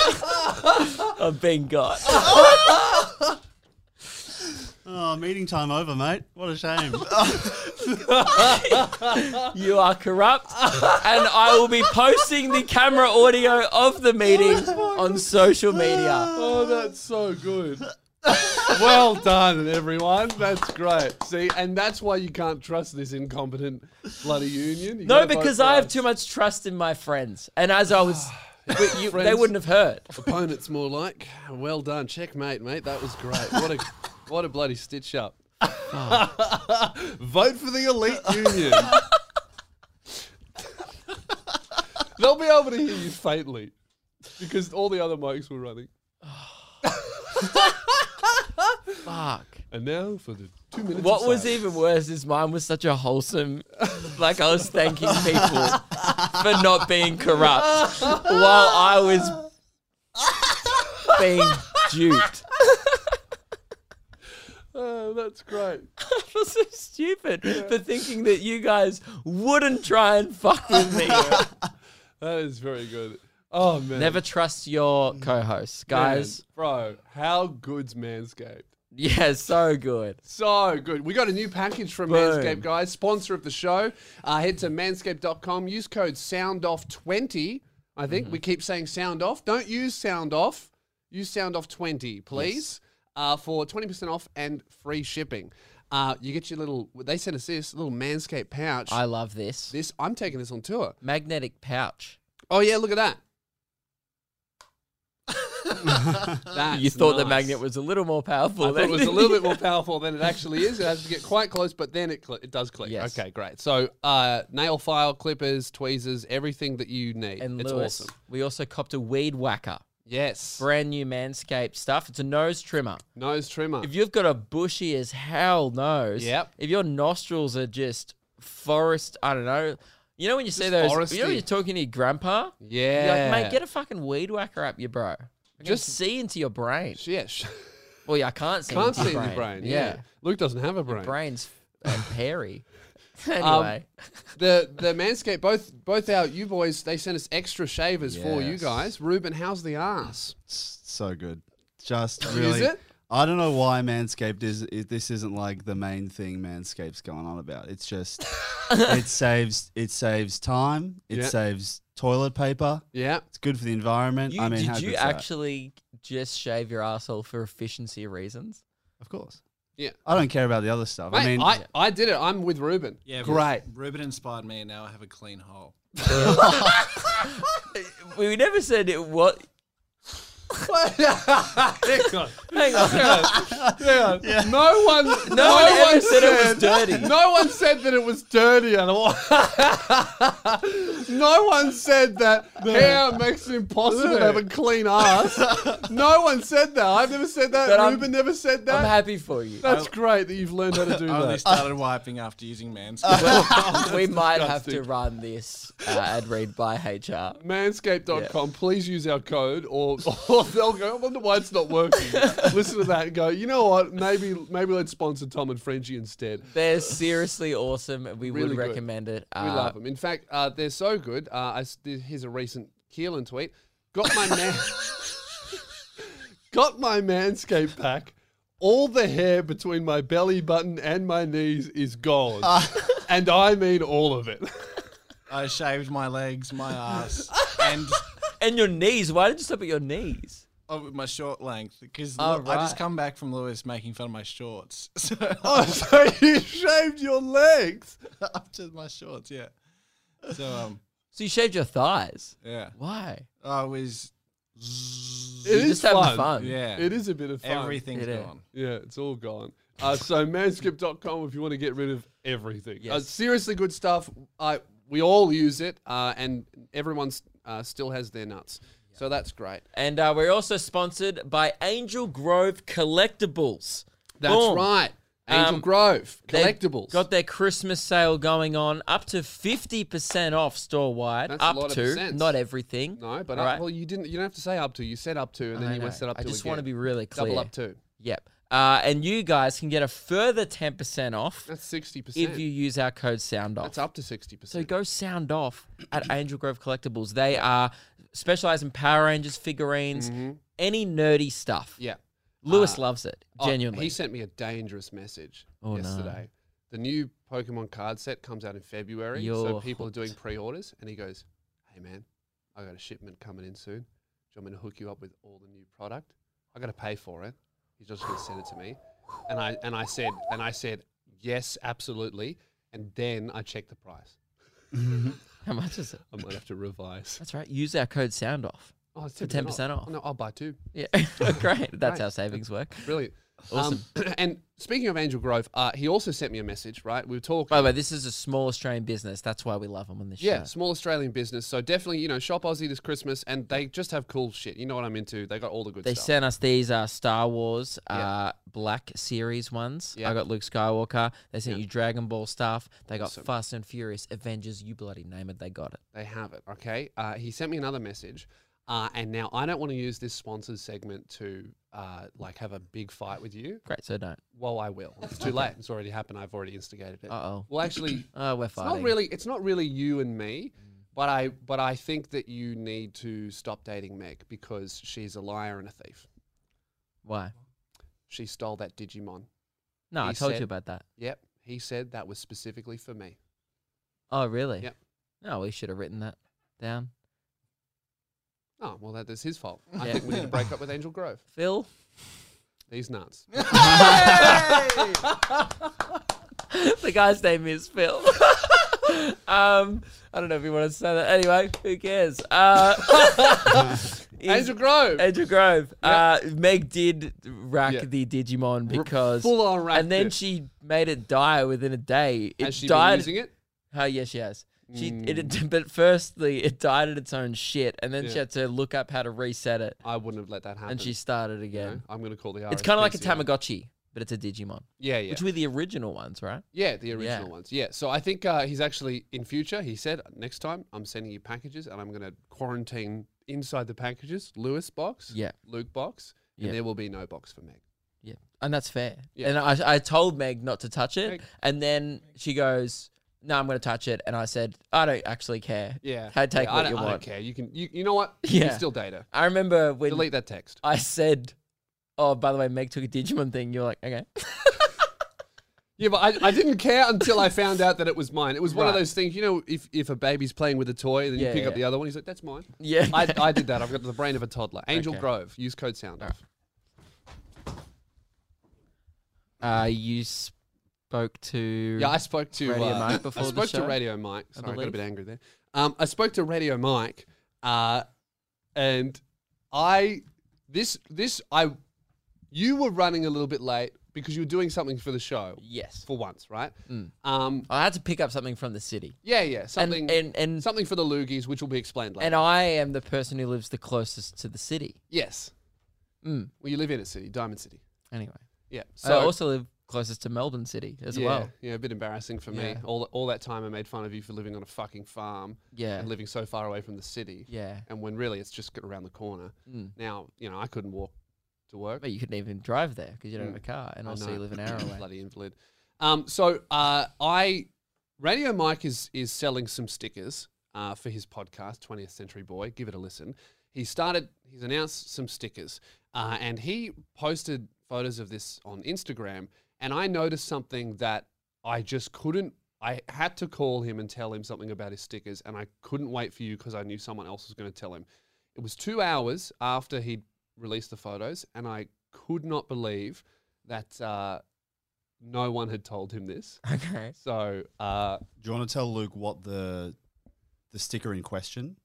I've been got.
Oh, meeting time over, mate. What a shame.
You are corrupt, and I will be posting the camera audio of the meeting on social media.
Oh, that's so good. well done, everyone. That's great. See, and that's why you can't trust this incompetent bloody union. You
No,
gotta vote
because
for
I have
us.
too much trust in my friends, and as I was, but you, they
Friends.
wouldn't have heard.
opponents more like. Well done, checkmate, mate. That was great. What a what a bloody stitch up. Vote for the elite union. They'll be able to hear you faintly because all the other mics were running.
Fuck.
And now for the two minutes. of
What was
silence.
even worse is mine was such a wholesome, like I was thanking people for not being corrupt while I was being duped.
Oh, that's great.
That was so stupid for thinking that you guys wouldn't try and fuck with me.
That is very good. Oh man,
Never trust your co-hosts,
Man,
guys.
bro. How good's Manscaped?
Yeah, so good.
So good. We got a new package from
Boom.
Manscaped, guys, sponsor of the show. Uh, head to manscaped.com, use code SOUNDOFF20. I think we keep saying sound off. Don't use sound off. Use sound off 20, please, uh, for 20% off and free shipping. Uh, you get your little, they sent us this little Manscaped pouch.
I love this
this I'm taking this on tour.
magnetic pouch.
Oh, yeah, look at that. That's
you thought the
nice.
magnet was a little more powerful.
I thought
than-
it was a little bit more powerful than it actually is. It has to get quite close, but then it cl- it does click.
Yes.
Okay, great. So uh, nail file, clippers, tweezers, everything that you need.
and
it's
Lewis,
awesome.
we also copped a weed whacker,
Yes.
brand new Manscaped stuff. It's a nose trimmer.
Nose trimmer.
If you've got a bushy as hell nose,
Yep.
If your nostrils are just forest, I don't know. You know when you see those, you know when
foresty.
you're talking to your grandpa,
yeah.
you're like, mate, get a fucking weed whacker up your bro. Just
Just-
see into your brain.
Yeah. sh-
Well, yeah, I can't see.
Can't
into
see in your brain. Yeah. Luke doesn't have a brain.
brain's uh, hairy. Um, anyway,
the the Manscaped, both both our you boys, they sent us extra shavers for you
Yes.
guys. Ruben, how's the ass?
It's so good. Just really.
it?
I don't know why Manscaped is. i this isn't like the main thing Manscaped's going on about. It's just it saves it saves time. It
Yeah.
saves toilet paper.
Yeah.
It's good for the environment.
you,
I mean, how
did you
good's that?
actually just shave your asshole for efficiency reasons?
Of course.
Yeah.
I don't care about the other stuff. I
Mate,
mean,
I, I did it. I'm with Ruben.
Yeah,
Great.
Ruben inspired me, and now I have a clean hole.
We never said it. What? Hang on.
No one, no,
No one ever
one
said it was dirty.
No one said that it was dirty at all. no one said that hair makes it impossible to have a clean ass. No one said that. I've never said that.
But I'm-
Ruben never said
I'm
that.
happy for you.
That's great that you've learned how to do
I only
that.
started wiping after using Manscaped.
we might have to run this uh, ad read by HR.
Manscaped.com, please use our code or, or they'll go, I wonder why it's not working. Listen to that and go, you know what? Maybe maybe let's sponsor Tom and Frenchie instead.
They're seriously awesome. We
Really
would
good.
recommend it.
We
Uh,
love them. In fact, uh, they're so good. Uh, I s here's a recent Keelan tweet. Got my man, got my Manscaped pack. All the hair between my belly button and my knees is gone, and I mean all of it.
I shaved my legs, my ass, and
And your knees. Why did you stop at your knees?
oh, with my short length because
Oh,
I just
right.
come back from Lewis making fun of my shorts. So
oh, so you shaved your legs?
up to my shorts, yeah. So um,
So you shaved your thighs.
yeah,
Why?
I was
It
You're
is
just having fun.
yeah.
It is a bit of fun.
Everything's
It is.
gone.
Yeah, it's all gone. Uh, so manscaped.com if you want to get rid of everything. Uh,
Yes.
seriously good stuff. I we all use it, uh, and everyone's uh, still has their nuts. So that's great.
And uh, we're also sponsored by Angel Grove Collectibles.
That's
Boom.
right. Angel
Um,
Grove
They've
collectibles.
Got their Christmas sale going on, up to 50% off store wide.
That's a
Up
lot of
to,
percents.
not everything.
no, but
All
up-
right.
well, you didn't. You don't have to say up to. You said up to, and then
I
you
know.
went set up
I
to.
just want to
again.
be really clear.
double up to.
Yep. Uh, and you guys can get a further 10% off
That's sixty
if
percent.
you use our code SOUNDOFF.
That's up to sixty
So
percent.
go sound off at Angel Grove Collectibles. They are specialized in Power Rangers figurines, any nerdy stuff.
Mm. Mm-hmm. yeah.
Lewis loves it,
Oh,
genuinely.
he sent me a dangerous message
Oh, no.
yesterday. The new Pokemon card set comes out in February, so
You're
people are doing pre-orders. And he goes, "Hey man, I got a shipment coming in soon. Do you want me to hook you up with all the new product? I got to pay for it. He's just going to send it to me." And I and I said and I said yes, absolutely. And then I checked the price.
How much is it?
I might have to revise.
That's right. Use our code sound off.
Oh, it's
For 10% off.
No, I'll buy two.
Yeah. Great. That's how savings work.
Brilliant. Um, and speaking of Angel Grove, uh, he also sent me a message. Right, we were talking.
By the way, this is a small Australian business. That's why we love them on this
Yeah,
show.
small Australian business. So definitely, you know, shop Aussie this Christmas, and they just have cool shit. You know what I'm into. They got all the good
They
stuff.
sent us these uh, Star Wars uh,
Yeah.
Black Series ones.
Yeah.
I got Luke Skywalker. They sent you Dragon Ball stuff. They got
Awesome.
Fast and Furious, Avengers, you bloody name it. They got it.
they have it. Okay. Uh, he sent me another message, uh, and now I don't want to use this sponsors segment to uh, like have a big fight with you.
Great. So don't.
Well, I will. It's too late. It's already happened. I've already instigated it.
Uh oh.
well, actually,
Oh, we're
it's
fighting.
not really. It's not really you and me.
Mm.
But I, but I think that you need to stop dating Meg because she's a liar and a thief.
Why?
She stole that Digimon.
No, I
He
told
said-
you about that.
Yep, he said that was specifically for me.
Oh, really?
Yep.
No, we should have written that down.
Oh, well, that is his fault. I
Yeah.
think we need to break up with Angel Grove.
Phil?
These nuts.
the guy's name is Phil. um, I don't know if you want to say that. Anyway, who cares? Uh, is
Angel Grove.
Angel Grove. Uh, Meg did rack
Yeah.
the Digimon because,
full on racked
and then
it.
she made it die within a day. It
Has she been
died.
using it? Mm.
Oh yes, she has. She it, but firstly it died at its own shit, and then she
Yeah.
had to look up how to reset it,
I wouldn't have let that happen.
and she started
you know?
again.
I'm gonna call the.
It's kind of like a
RSPCA.
Tamagotchi, but it's a Digimon,
Yeah, yeah,
which were the original ones, right?
yeah. The original
Yeah.
ones. Yeah. So I think uh, he's actually in future. He said next time I'm sending you packages, and I'm gonna quarantine inside the packages Lewis box,
Yeah,
Luke box, and
Yeah.
there will be no box for Meg.
yeah, and that's fair.
Yeah.
And I, I told Meg not to touch it,
Meg-
and then she goes, "No, I'm going to touch it," and I said, "I don't actually care."
Yeah.
Hey, take
yeah,
what
I don't,
you
I don't
want.
care. You can. You, you know what? You
Yeah.
can still data.
I remember when
Delete that text.
I said, "Oh, by the way, Meg took a Digimon thing." You're like, "Okay."
Yeah, but I, I didn't care until I found out that it was mine. It was one of
Right.
those things, you know, if, if a baby's playing with a toy, then
Yeah,
you pick
yeah.
up the other one. He's like, that's mine.
Yeah,
I, I did that. I've got the brain of a toddler. Angel
Okay.
Grove. Use code sound off.
Uh, you spoke to
Yeah, I spoke to
Radio
uh,
Mike before
I
the
spoke
show,
to Radio Mike. Sorry, I, got a
believe.
bit angry there. Um, I spoke to Radio Mike, uh, and I this this I you were running a little bit late because you were doing something for the show
yes.
for once, right? Um,
I had to pick up something from the city,
yeah, yeah,
Mm. and
something
and and,
something for the loogies, which will be explained later.
and I am the person who lives the closest to the city.
Yes.
Mm.
Well, you live in a city, Diamond City.
Anyway,
Yeah.
I also live closest to Melbourne City Oh, as
Oh. yeah,
well.
Yeah, a bit embarrassing for me.
Yeah.
All, all that time I made fun of you for living on a fucking farm
Yeah,
and living so far away from the city.
yeah.
And when really it's just around the corner.
Mm.
Now, you know, I couldn't walk to work.
But you couldn't even drive there because you don't
Mm.
have a car, and
I
also
know.
you live an hour away.
Bloody invalid. Um, so uh, I Radio Mike is is selling some stickers uh, for his podcast, 20th Century Boy. Give it a listen. He started. He's announced some stickers, uh, and he posted photos of this on Instagram. And I noticed something that I just couldn't. I had to call him and tell him something about his stickers, and I couldn't wait for you because I knew someone else was going to tell him. It was two hours after he'd released the photos, and I could not believe that uh, no one had told him this.
Okay.
So, uh,
Do you want to tell Luke what the the sticker in question?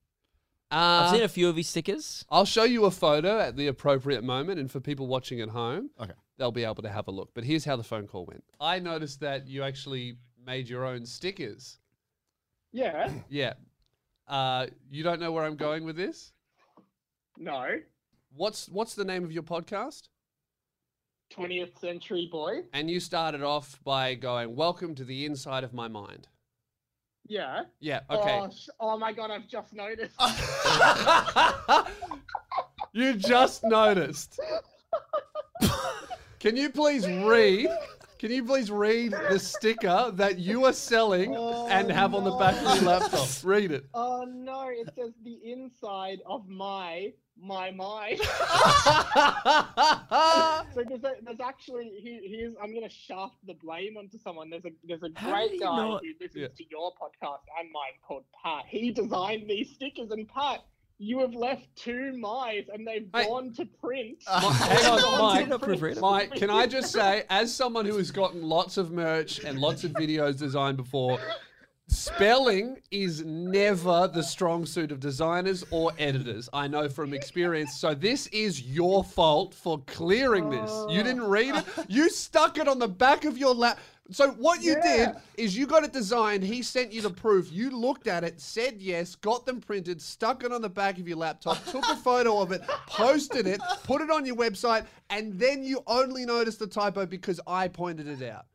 I've seen
uh,
a few of his stickers.
I'll show you a photo at the appropriate moment, and for people watching at home,
Okay.
they'll be able to have a look. But here's how the phone call went. I noticed that you actually made your own stickers.
Yeah.
Yeah. Uh, you don't know where I'm going with this.
No.
What's What's the name of your podcast?
20th century boy.
And you started off by going, "Welcome to the inside of my mind."
Yeah.
Yeah. Okay.
Oh, sh- oh my god, I've just noticed.
you just noticed. Can you please read? Can you please read the sticker that you are selling and have on the back of your laptop? Read it.
oh no, it says the inside of my my my. so there's, a, there's actually he, here's I'm gonna shaft the blame onto someone. There's a there's a
How did he
great guy
not-
who listens
Yeah.
to your podcast and mine called Pat. He designed these stickers and Pat. You have left two my's and they've
Mate.
gone to print.
Hang on,
Gone to
Mike.
not proofread it?
Mike, can I just say, as someone who has gotten lots of merch and lots of videos designed before, spelling is never the strong suit of designers or editors. I know from experience. So this is your fault for clearing this. You didn't read it. You stuck it on the back of your lap. So what you did is you got it designed. He sent you the proof. You looked at it, said yes, got them printed, stuck it on the back of your laptop, took a photo of it, posted it, put it on your website, and then you only noticed the typo because I pointed it out.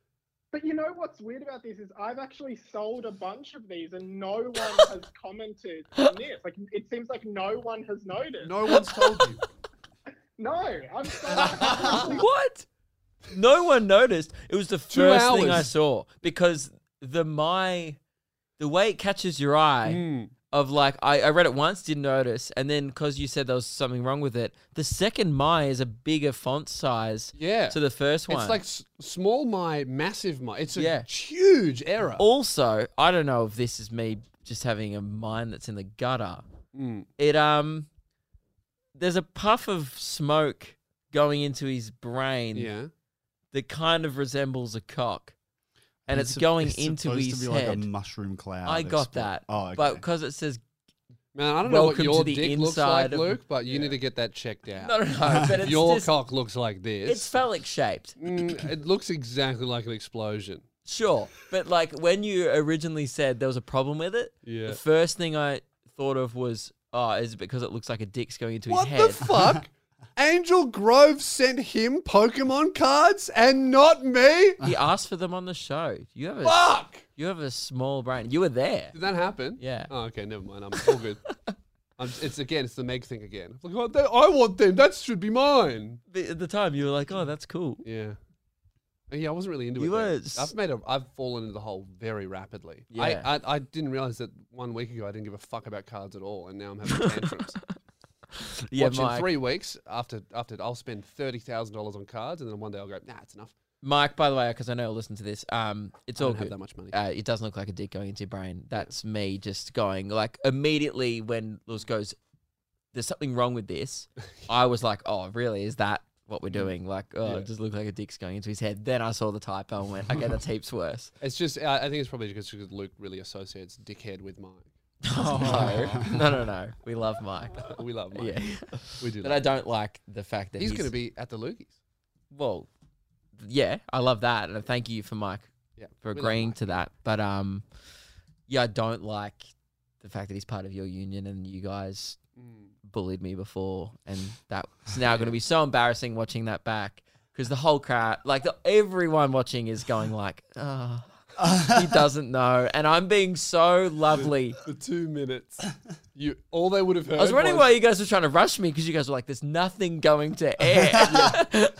But you know what's weird about this is I've actually sold a bunch of these and no one has commented on this. Like it seems like no one has noticed. No,
No one's told you.
I'm sorry.
what? No one noticed. It was the first thing I
hours.
saw because the my the way it catches your eye
Hmm.
of like I, I read it once, didn't notice, and then because you said there was something wrong with it, the second my is a bigger font size
Yeah.
to the first one.
It's like s- small my, massive my. It's a
Yeah.
huge error.
also, I don't know if this is me just having a mind that's in the gutter.
Mm.
It um there's a puff of smoke going into his brain
Yeah.
that kind of resembles a cock, and it's,
sup-
going
it's
into
supposed
his
to be
head.
like a mushroom cloud.
I got
expl-
that,
Oh, okay.
but because it says
Man, I don't
Welcome
know
to
what
the
your dick looks
inside
like,
of-
Luke, but you need to get that checked out.
No, no, no. But it's
your
just,
cock looks like this.
it's phallic shaped.
Mm, it looks exactly like an explosion.
Sure. But like when you originally said there was a problem with it,
Yeah.
the first thing I thought of was, oh, is it because it looks like a dick's going into
What
his
the
head?
fuck? Angel Grove sent him Pokemon cards and not me?
he asked for them on the show. You have a
Fuck!
you have a small brain. You were there.
Did that happen?
Yeah.
Oh, okay, never mind. I'm all good. I'm, it's again, it's the Meg thing again. Like, "Oh, that- I want them. That should be mine.
Th- At the time, you were like, oh, that's cool.
Yeah. Oh, Yeah, I wasn't really into
You
it.
were
then.
s-
I've made a. I've fallen into the hole very rapidly.
Yeah.
I, I I didn't realize that one week ago I didn't give a fuck about cards at all, and now I'm having tantrums.
Yeah,
Watch in
Mike.
three weeks after after I'll spend thirty thousand dollars on cards, and then one day I'll go, nah, it's enough.
Mike, by the way, because I know you'll listen to this. Um, it's
I
all
don't have
good.
that much money.
Uh, it doesn't look like a dick going into your brain. That's me just going like immediately when Luz goes, "There's something wrong with this." I was like, "Oh, really? Is that what we're doing?" Like, oh,
Yeah.
it just looked like a dick's going into his head. Then I saw the typo and went, "Okay, that's heaps worse."
It's just I, I think it's probably because Luke really associates dickhead with Mike.
no, no, no, no. We love Mike.
Uh, We love Mike.
Yeah,
We do.
but
Love
I
him.
don't like the fact that
He's,
he's,
going to be at the Loogies.
well. Yeah, I love that, and thank you for Mike
Yeah.
for
we love
agreeing
Mike.
to that. But um, yeah, I don't like the fact that he's part of your union and you guys
Mm.
bullied me before, and that's now going to be so embarrassing watching that back because the whole crowd, like the, everyone watching, is going like, "Ah, he doesn't know," and I'm being so lovely.
For two minutes, you all they would have heard.
I was wondering why you guys were trying to rush me because you guys were like, "There's nothing going to air."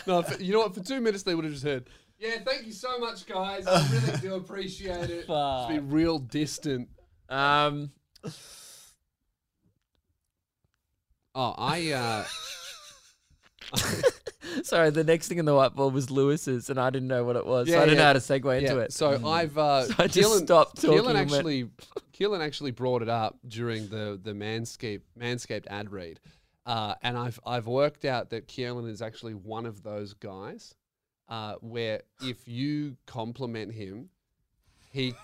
No, for, you know what? For two minutes, they would have just heard, "Yeah, thank you so much, guys. I really do appreciate it." Just be real distant.
um,
Oh, I. Uh,
sorry, the next thing in the whiteboard was Lewis's, and I didn't know what it was, so
Yeah,
I didn't
yeah.
know how to segue into
yeah.
it.
So I've. Uh,
So I just stopped talking
Keelan
and went-
actually, Keelan actually brought it up during the the Manscaped Manscaped ad read, uh, and I've I've worked out that Keelan is actually one of those guys, uh, where if you compliment him, he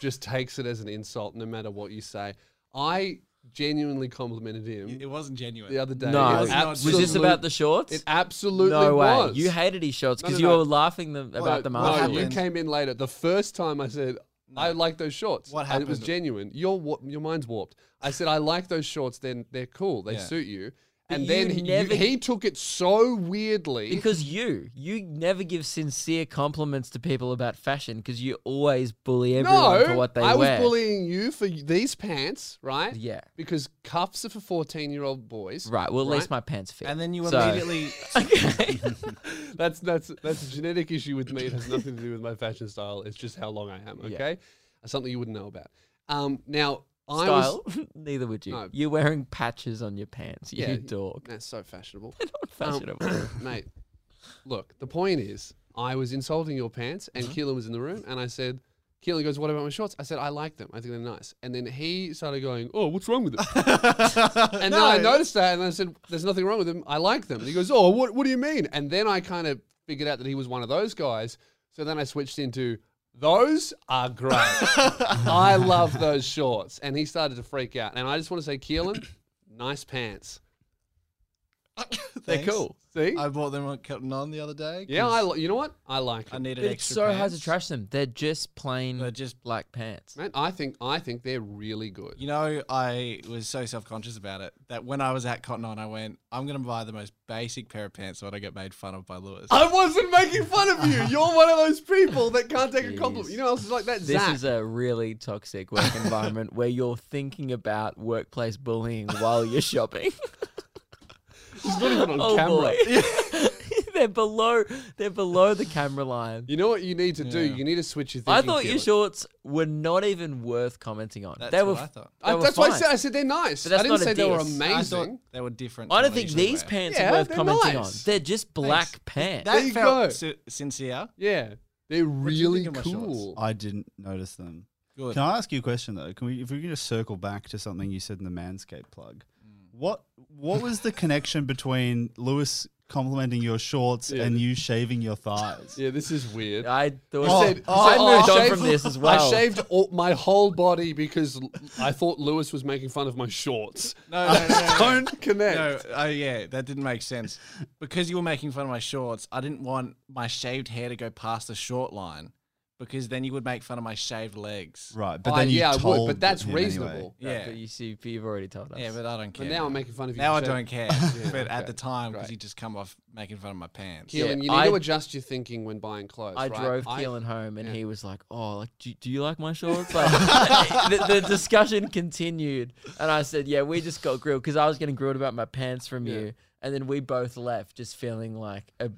just takes it as an insult, no matter what you say. I genuinely complimented him
It wasn't genuine.
the other day.
No,
It
was
not
absolute-
this about the shorts?
It absolutely
no way.
was.
You hated his shorts
No,
because
no, no.
you were laughing them about them
No,
afterwards.
you
happened?
came in later. The first time I said I like those shorts,
What
And it was
happened?
genuine. Your wa- your mind's warped. I said I like those shorts. Then they're cool. They
Yeah.
suit you.
But
And
you
then he,
never-
you, he took it so weirdly.
Because you, you never give sincere compliments to people about fashion because you always bully everyone
no,
for what they
I
wear.
was bullying you for y- these pants, right?
Yeah,
Because cuffs are for fourteen-year-old boys.
right. Well, at least
Right?
my pants fit.
And then you
So-
immediately.
okay.
that's that's that's a genetic issue with me. It has nothing to do with my fashion style. It's just how long I am.
Yeah.
Okay, something you wouldn't know about. Um, now I was
Style? Neither would you.
No.
You're wearing patches on your pants. You
Yeah.
dog.
That's so fashionable. Um,
Fashionable.
mate, look, the point is, I was insulting your pants, and Keelan was in the room, and I said, Keelan goes, What about my shorts? I said, I like them. I think they're nice. And then he started going, Oh, what's wrong with them? and then I noticed that, and I said, There's nothing wrong with them. I like them. And he goes, Oh, what, what do you mean? And then I kind of figured out that he was one of those guys. So then I switched into, Those are great. I love those shorts. And he started to freak out. And I just want to say, Keelan, nice pants. They're
Thanks.
cool. See?
I bought them on Cotton On the other day.
Yeah,
'cause
I li- you know what? I like
I
it.
needed
But it's
extra.
so hard to
pants.
trash them. They're just plain
They're just
black pants.
Man, I think I think they're really good.
You know, I was so self conscious about it that when I was at Cotton On, I went, I'm going to buy the most basic pair of pants so I don't get made fun of by Lewis.
Oh,
I wasn't making fun of you. You're one of those people that can't take a compliment.
Jeez.
You know, who else is like that.
This
Zach.
is a really toxic work environment where you're thinking about workplace bullying while you're shopping.
He's not even on
oh
camera.
boy. they're below they're below the camera line.
You know what you need to do?
Yeah.
You need to switch your
I
thinking.
thought your
Keelan.
shorts were not even worth commenting on.
That's
they were
what I thought.
I,
they were
that's why I
fine.
said I said they're nice.
But that's
I didn't
not a
say they were
diss.
I thought
amazing.
they were different.
I
to
don't
what
think
usually
these
wear.
pants
Yeah,
are worth
they're
commenting
nice.
on. They're just black pants.
That
There you
felt
go.
si- sincere.
Yeah, they're
do you
really
think of my shorts?
cool.
I didn't notice them.
Good.
Can I ask you a question though? Can we, if we can just circle back to something you said in the Manscaped plug? What What was the connection between Lewis complimenting your shorts
Yeah.
and you shaving your thighs?
Yeah, this is weird.
I thought
Oh,
said-
oh,
I
I
moved
moved on
shaved-
from this as well.
I shaved all, my whole body because l- I thought Lewis was making fun of my shorts.
No, no, no, no.
Don't
No,
connect.
oh yeah, that didn't make sense. Because you were making fun of my shorts, I didn't want my shaved hair to go past the short line because then you would make fun of my shaved legs.
Right, but
I-
then you
yeah, I
told
would, but that's
him anyway.
reasonable.
Yeah.
But you see, but you've already told us.
yeah, but I don't care.
But now I'm making fun of you.
Now I
for
don't
shaving.
care. but at the time, because
great.
you just come off making fun of my
Keelan,
pants.
Yeah,
you need
I-
to adjust your thinking when buying clothes.
I
right?
drove
I-
Keelan home, and
yeah.
he was like, "Oh, like, do, do you like my shorts?" Like, the, the discussion continued, and I said, "Yeah, we just got grilled because I was getting grilled about my pants from
Yeah.
you, and then we both left just feeling like a,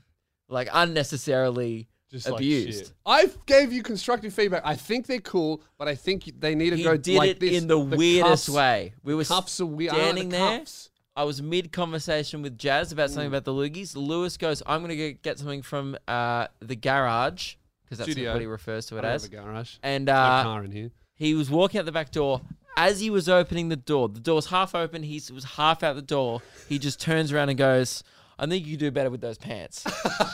like unnecessarily
just
abused."
Like shit. I gave you constructive feedback. I think they're cool, but I think you- they need to
He
go
did
like
it
this.
in the, weirdest
cuffs-
way. We were
Cuffs are weird. I don't like
standing
the
there.
cuffs.
I was mid conversation with Jazz about something about the loogies. Lewis goes, "I'm gonna go get something from uh, the garage because that's
Studio.
what he refers to
I
it
don't have
as."
a garage.
And
No
uh,
car in here.
He was walking out the back door. As he was opening the door, the door was half open. He was half out the door. He just turns around and goes, I think you could do better with those pants.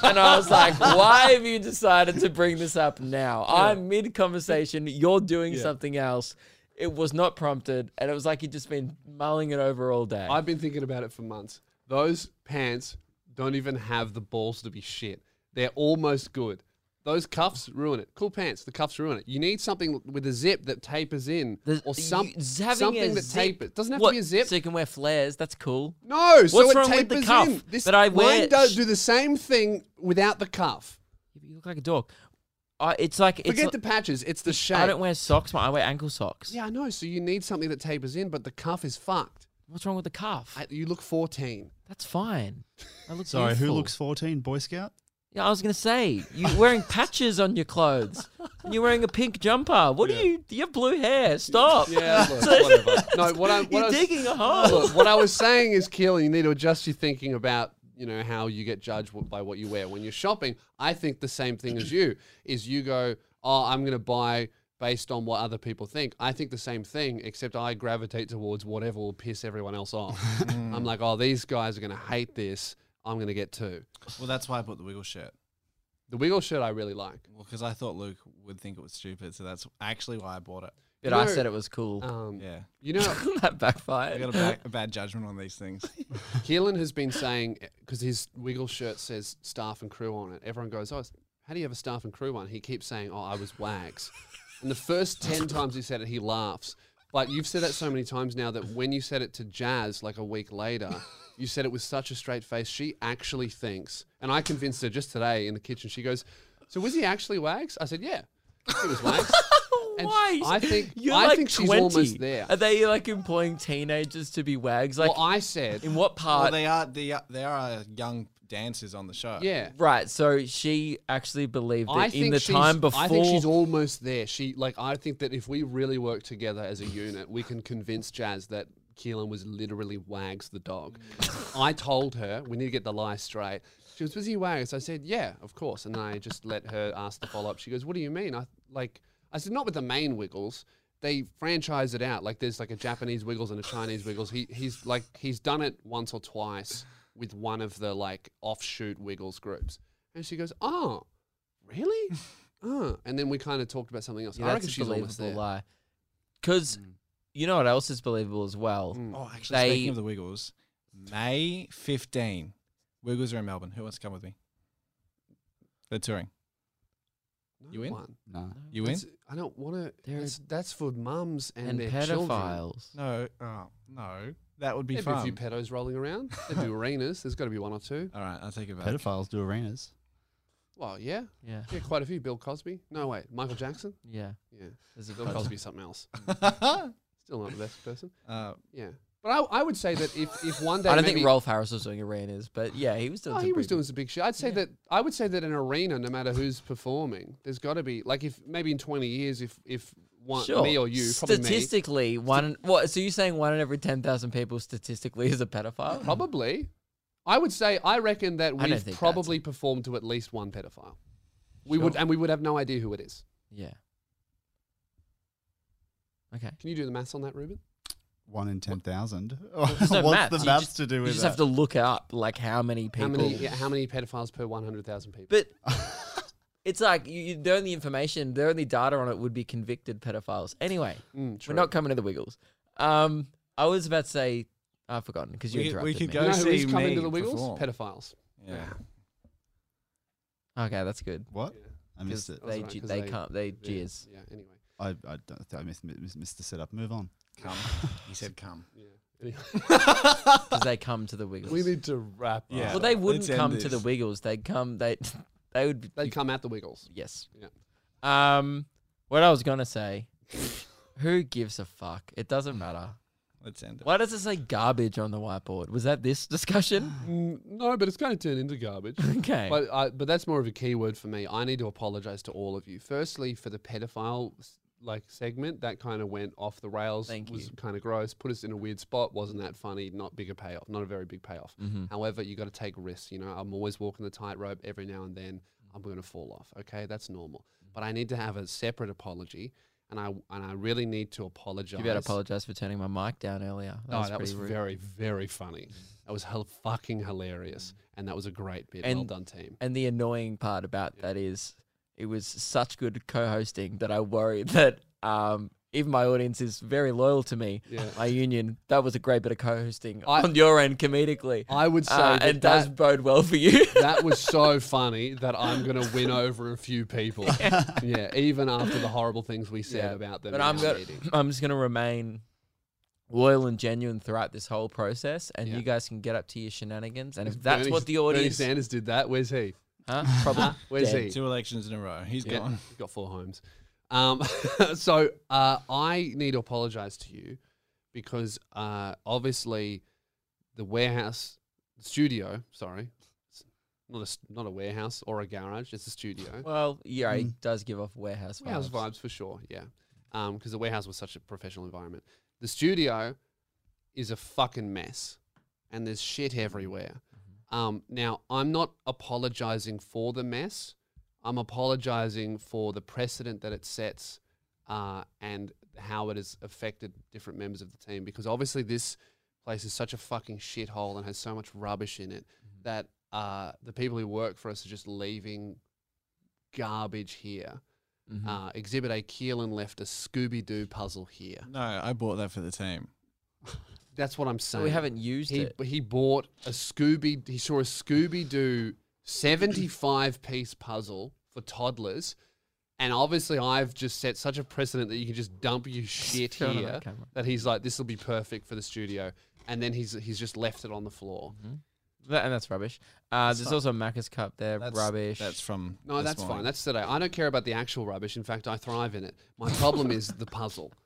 and I was like, why have you decided to bring this up now? I'm mid conversation. You're doing something else. It was not prompted. And it was like you'd just been mulling it over all day.
I've been thinking about it for months. Those pants don't even have the balls to be shit. They're almost good. Those cuffs ruin it. Cool pants, the cuffs ruin it. You need something with a zip that tapers in,
There's-
or some,
you- having a
something that
zip-
tapers. Doesn't have
What,
to be a zip.
So you can wear flares. That's cool.
No, so
What's
it
wrong with
tapers
the cuff?
in. This
That I wear-
mine does do the same thing without the cuff.
You look like a dog. I it's like, it's,
Forget
like-
the patches. It's the shape.
I don't wear socks, but I wear ankle socks.
yeah, I know. So you need something that tapers in, but the cuff is fucked.
What's wrong with the calf?
I, you look 14.
That's fine. I look
Sorry, who
youthful.
looks 14? Boy Scout?
Yeah, I was gonna say you wearing patches on your clothes. And you're wearing a pink jumper. What
Yeah.
are you? You have blue hair. Stop.
Yeah, look, whatever. No, what I, what I
You're
was,
digging a hole.
Look, what I was saying is, Keelan, you need to adjust your thinking about you know how you get judged wh- by what you wear when you're shopping. I think the same thing as you is you go, oh, I'm going to buy based on what other people think. I think the same thing, except I gravitate towards whatever will piss everyone else off. I'm like, oh, these guys are going to hate this. I'm going to get two.
Well, that's why I bought the wiggle shirt.
The wiggle shirt I really like.
Well, because I thought Luke would think it was stupid, so that's actually why I bought it.
But
You
I
know-
said it was cool.
Um,
Yeah,
You know,
that
I
backfired.
got a, ba- a bad judgment on these things.
Keelan has been saying because his wiggle shirt says staff and crew on it. Everyone goes, "Oh, how do you have a staff and crew one?" He keeps saying, "Oh, I was wags," and the first ten times he said it, he laughs. But you've said that so many times now that when you said it to Jazz like a week later, you said it with such a straight face. She actually thinks, and I convinced her just today in the kitchen. She goes, "So was he actually wags?" I said, "Yeah, it was wags." And
Why?
I think
you're
I
like
think
20.
she's almost there.
Are they like employing teenagers to be wags? Like
well, I said,
in what
Well,
part?
they are they are, they are young dancers on the show.
"Yeah."
right. So she actually believed
I
that in
think
the
she's-
time before.
I think she's almost there. She like I think that if we really work together as a unit, we can convince Jazz that Keelan was literally Wags the dog. I told her we need to get the lie straight. She was busy Wags. I said, yeah, of course, and I just let her ask the follow up. She goes, what do you mean? I like I said not with the main Wiggles. They franchise it out. Like there's like a Japanese Wiggles and a Chinese Wiggles. He he's like he's done it once or twice with one of the like offshoot Wiggles groups. And she goes, oh, really? uh. And then we kind of talked about something else.
Yeah,
I
that's
reckon
a
she's almost
believable
there. Hmm.
lie. Because you know what else is believable as well?
Mm.
Oh, actually,
They-
speaking of the Wiggles, May 15, Wiggles are in Melbourne. Who wants to come with me? They're touring.
No
You in?
one.
No.
You in?
That's- I don't want to.
They're-
That's, that's for mums and,
And,
their children.
pedophiles.
No, oh, no. That would be
There'd be a
fun.
few pedos rolling around. There'd be arenas. There's got to be one or two.
All right, I'll take it back.
Pedophiles do arenas.
Well, yeah,
Yeah,
yeah, quite a few. Bill Cosby. No wait, Michael Jackson.
yeah.
Yeah,
There's a
Bill
bunch of-
Cosby, something else. Still not the best person.
uh,
Yeah, but I, I would say that if if one day
I don't
maybe-
think Rolf Harris was doing arenas, but yeah, he was doing.
Oh,
some
he was
pretty
doing some big shit. I'd say that I would say that an arena, no matter who's performing, there's got to be like if maybe in 20 years, if if
good-
one me or you, probably me,
statistically, one. in- What? So you're saying one in every ten thousand people statistically is a pedophile?
probably, I would say I reckon that
I don't
we've
think that's
probably performed to at least one pedophile. We would and we would have no idea who it is.
Yeah. Okay.
Can you do the maths on that, Ruben?
one in ten thousand.
There's
What's
no maths.
the
You
maths
just-
to do
You
with
just
that?
have to look up like how many people.
How many yeah, how many pedophiles per one hundred thousand people?
But it's like you, you, the only information, the only data on it would be convicted pedophiles. Anyway,
Mm, true.
we're not coming to the Wiggles. Um, I was about to say I've forgotten because you
We- we
interrupted
could
me.
go-
You know
Go
who's
see
coming to
me
the Wiggles?
perform.
Pedophiles.
Yeah.
Okay, that's good.
what?
Yeah.
I missed it.
That's
They
all right,
ju-
'cause
they
they-
can't they
Yeah,
jeers.
Yeah. Anyway.
I, I, don't- I missed, missed, missed the setup. Move on.
Come. He said come.
Yeah. Anyway.
'Cause they come to the Wiggles.
we need to wrap.
Yeah.
Up.
well, they wouldn't
Let's end
come to the
this.
Wiggles. They'd come. They they would.
They come at the Wiggles.
Yes.
Yeah.
Um, what I was gonna say. Who gives a fuck? It doesn't matter.
Let's end it.
Why does it say garbage on the whiteboard? Was that this discussion?
Mm, no, but it's going to turn into garbage.
Okay.
But I, but that's more of a keyword for me. I need to apologize to all of you. Firstly, for the pedophile s- like segment that kind of went off the rails.
Thank
was
you.
kind of gross. Put us in a weird spot. Wasn't that funny? Not big a payoff. Not a very big payoff.
Mm-hmm.
However, you got to take risks. You know, I'm always walking the tightrope. Every now and then, I'm going to fall off. Okay, that's normal.
Mm-hmm.
But I need to have a separate apology, and I and I really need to apologize.
you better apologize for turning my mic down earlier. That
Oh,
was
that was
pretty rude. Mm-hmm.
very, very funny. That was hel- fucking hilarious, and that was a great bit. well
And-
done, team.
And the annoying part about that is it was such good co-hosting that I worry that um, even my audience is very loyal to me.
Yeah.
My union, that was a great bit of co-hosting
I-
on your end comedically.
I would say
Uh,
that,
and does
that,
bode well for you.
that was so funny that I'm going to win over a few people. Yeah. even after the horrible things we said
Yeah,
about them.
but
in
I'm
our
gonna,
meeting.
I'm just gonna remain loyal and genuine throughout this whole process, and
Yeah.
you guys can get up to your shenanigans. And if that's
Bernie-
what the
Bernie
audience,
Sanders did that. Where's he?
huh? Probably.
Where's
Dead.
he?
Two elections in a row. He's
Yeah,
gone.
He's got four homes. Um, so uh, I need to apologize to you because uh, obviously the warehouse studio, sorry, it's not a s- not a warehouse or a garage, it's a studio.
Well, yeah, he does give off warehouse vibes.
Mm. warehouse vibes for sure, yeah. Because the warehouse was such a professional environment. The studio is a fucking mess, and there's shit everywhere. Um, now I'm not apologizing for the mess. I'm apologizing for the precedent that it sets uh, and how it has affected different members of the team because obviously this place is such a fucking shithole and has so much rubbish in it that uh, the people who work for us are just leaving garbage here.
Mm-hmm. Mm.
Uh, Exhibit A, Keelan left a Scooby Doo puzzle here.
No, I bought that for the team.
That's what I'm
So
saying.
we haven't used
he,
it.
he bought a Scooby. He saw a Scooby Doo seventy-five piece puzzle for toddlers, and obviously I've just set such a precedent that you can just dump your shit
Turn on that
here
camera.
that he's like, this will be perfect for the studio, and then he's he's just left it on the floor.
Tha- and that's rubbish. Uh, there's also a Macca's cup there.
That's
rubbish.
That's from.
No,
this
that's fine.
morning.
That's today. I don't care about the actual rubbish. In fact, I thrive in it. My problem is the puzzle.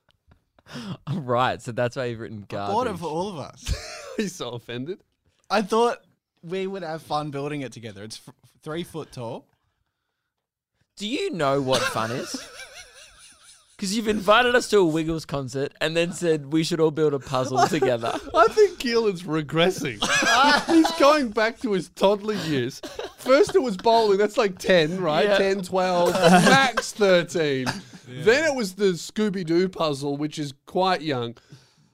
right. So that's why you've written garbage.
Bought it for all of us.
he's so offended.
I thought we would have fun building it together. It's f- three foot tall.
Do you know what fun is? Because you've invited us to a Wiggles concert and then said we should all build a puzzle together.
I think Keelan's regressing. He's going back to his toddler years. First it was bowling, that's like 10, right?
Yeah.
Ten, twelve, 10, 12, max 13. Then it was the Scooby Doo puzzle, which is quite young.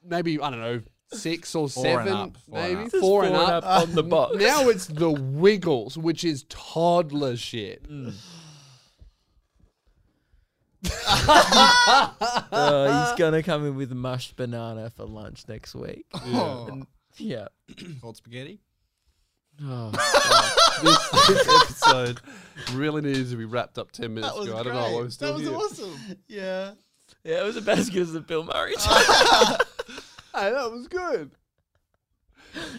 Maybe, I don't know, six or
Four and
seven,
up, four and
maybe?
up.
Just
Four and
pouring
up.
on the box.
Now it's the Wiggles, which is toddler shit.
Uh, he's gonna come in with mushed banana for lunch next week.
Oh.
Yeah.
Called spaghetti.
Oh,
This, this episode really needed to be wrapped up 10 minutes ago. I don't know. I was still
that was
here.
awesome.
Yeah.
yeah, it was about as good as the Bill Murray.
Hey, that was good.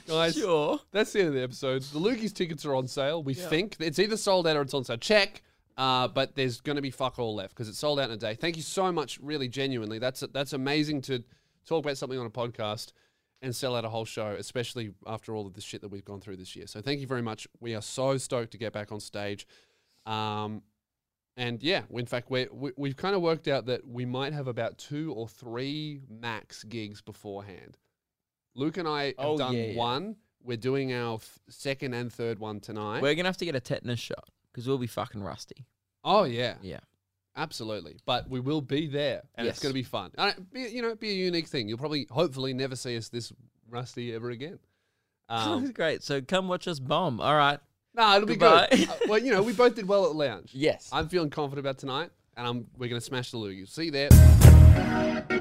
Guys,
sure.
that's the end of the episode. The Lukey's tickets are on sale. We think it's either sold out or it's on sale. Check. Uh, but there's going to be fuck all left because it's sold out in a day. Thank you so much, really genuinely. That's that's amazing to talk about something on a podcast and sell out a whole show, especially after all of the shit that we've gone through this year. So thank you very much. We are so stoked to get back on stage. Um, and yeah, in fact, we're, we, we've kind of worked out that we might have about two or three max gigs beforehand. Luke and I have
Oh,
done
yeah, yeah.
one. We're doing our f- second and third one tonight.
We're gonna have to get a tetanus shot because we'll be fucking rusty.
oh yeah.
Yeah.
Absolutely, but we will be there, and it's
Yes.
going to be fun. And it- be, you know, it'd be a unique thing. You'll probably, hopefully, never see us this rusty ever again. Um,
great. So come watch us bomb. All right.
nah, it'll be
Goodbye.
good. Uh, well, you know, we both did well at lounge.
Yes.
I'm feeling confident about tonight, and I'm we're going to smash the loogie. See you there.